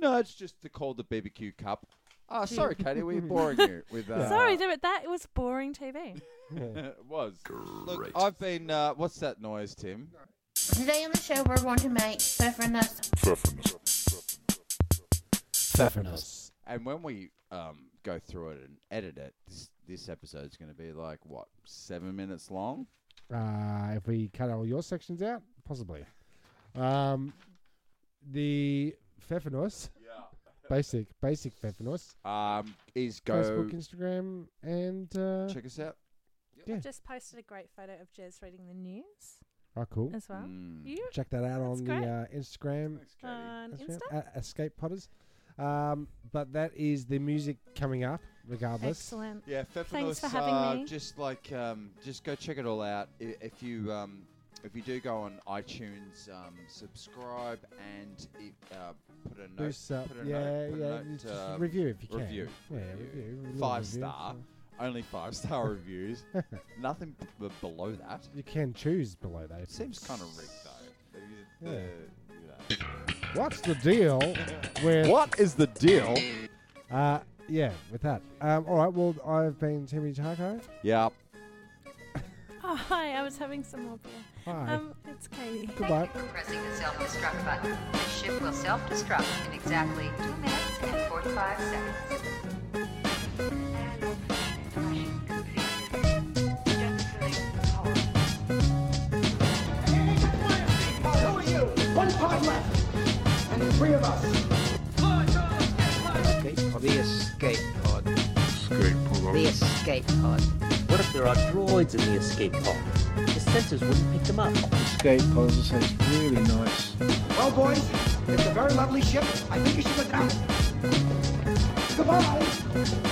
S3: No, it's just the, called the BBQ Cup. Ah, sorry, Katie, we're boring you with. Uh,
S5: [laughs] Sorry, there, that was boring TV.
S3: [laughs] it was. Look, I've been. Uh, what's that noise, Tim?
S10: Today on the show, we're going to make pfeffernuss.
S3: And when we um, go through it and edit it, this this episode's going to be like what seven minutes long.
S4: Uh, if we cut all your sections out, possibly. Um, the Pfeffernuss. Yeah. Basic, basic Pfeffernuss.
S3: Um, is go
S4: Facebook, Instagram, and uh,
S3: check us out.
S4: Yeah.
S5: Just posted a great photo of Jez reading the news
S4: oh, cool.
S5: as well.
S3: Mm.
S5: You uh,
S4: Check that out
S5: That's
S4: on
S5: great.
S4: the uh, Instagram
S5: on
S4: That's
S5: Insta?
S4: right, at Escape Potters. Um, but that is the music coming up, regardless.
S5: Excellent.
S3: Yeah,
S5: Thanks
S3: Feffernuss,
S5: for having
S3: uh,
S5: me.
S3: Just like, um, just go check it all out. I- If you um, if you do go on iTunes, um, subscribe and it, uh, put a note.
S4: Boost up,
S3: put a
S4: yeah,
S3: note, put a
S4: yeah.
S3: note,
S4: just
S3: uh,
S4: review if you can.
S3: review,
S4: yeah,
S3: review.
S4: review, a little
S3: Five
S4: review,
S3: star.
S4: so-
S3: Only five
S4: [laughs]
S3: star reviews. Nothing b- b- below that.
S4: You can choose below that.
S3: It
S4: if you-
S3: seems kind of rigged though. The-
S4: Yeah.
S3: the- you know.
S4: What's the deal with
S3: What is the deal?
S4: Uh, yeah, with that. Um, all right. Well, I've been Timmy Taco.
S3: Yeah.
S5: Oh, hi. I was having some more beer.
S4: Hi.
S5: Um, it's Katie.
S4: Goodbye.
S10: Pressing the self-destruct button. The ship will self-destruct in exactly 2 minutes and 45 seconds. Who are you?
S11: Escape pod. The escape pod.
S12: Escape pod.
S11: The escape pod.
S2: What if there are droids in the escape pod? The sensors wouldn't pick them up.
S13: Escape pod sounds really nice.
S3: Well, boys, it's a very lovely ship. I think you should look out. Goodbye.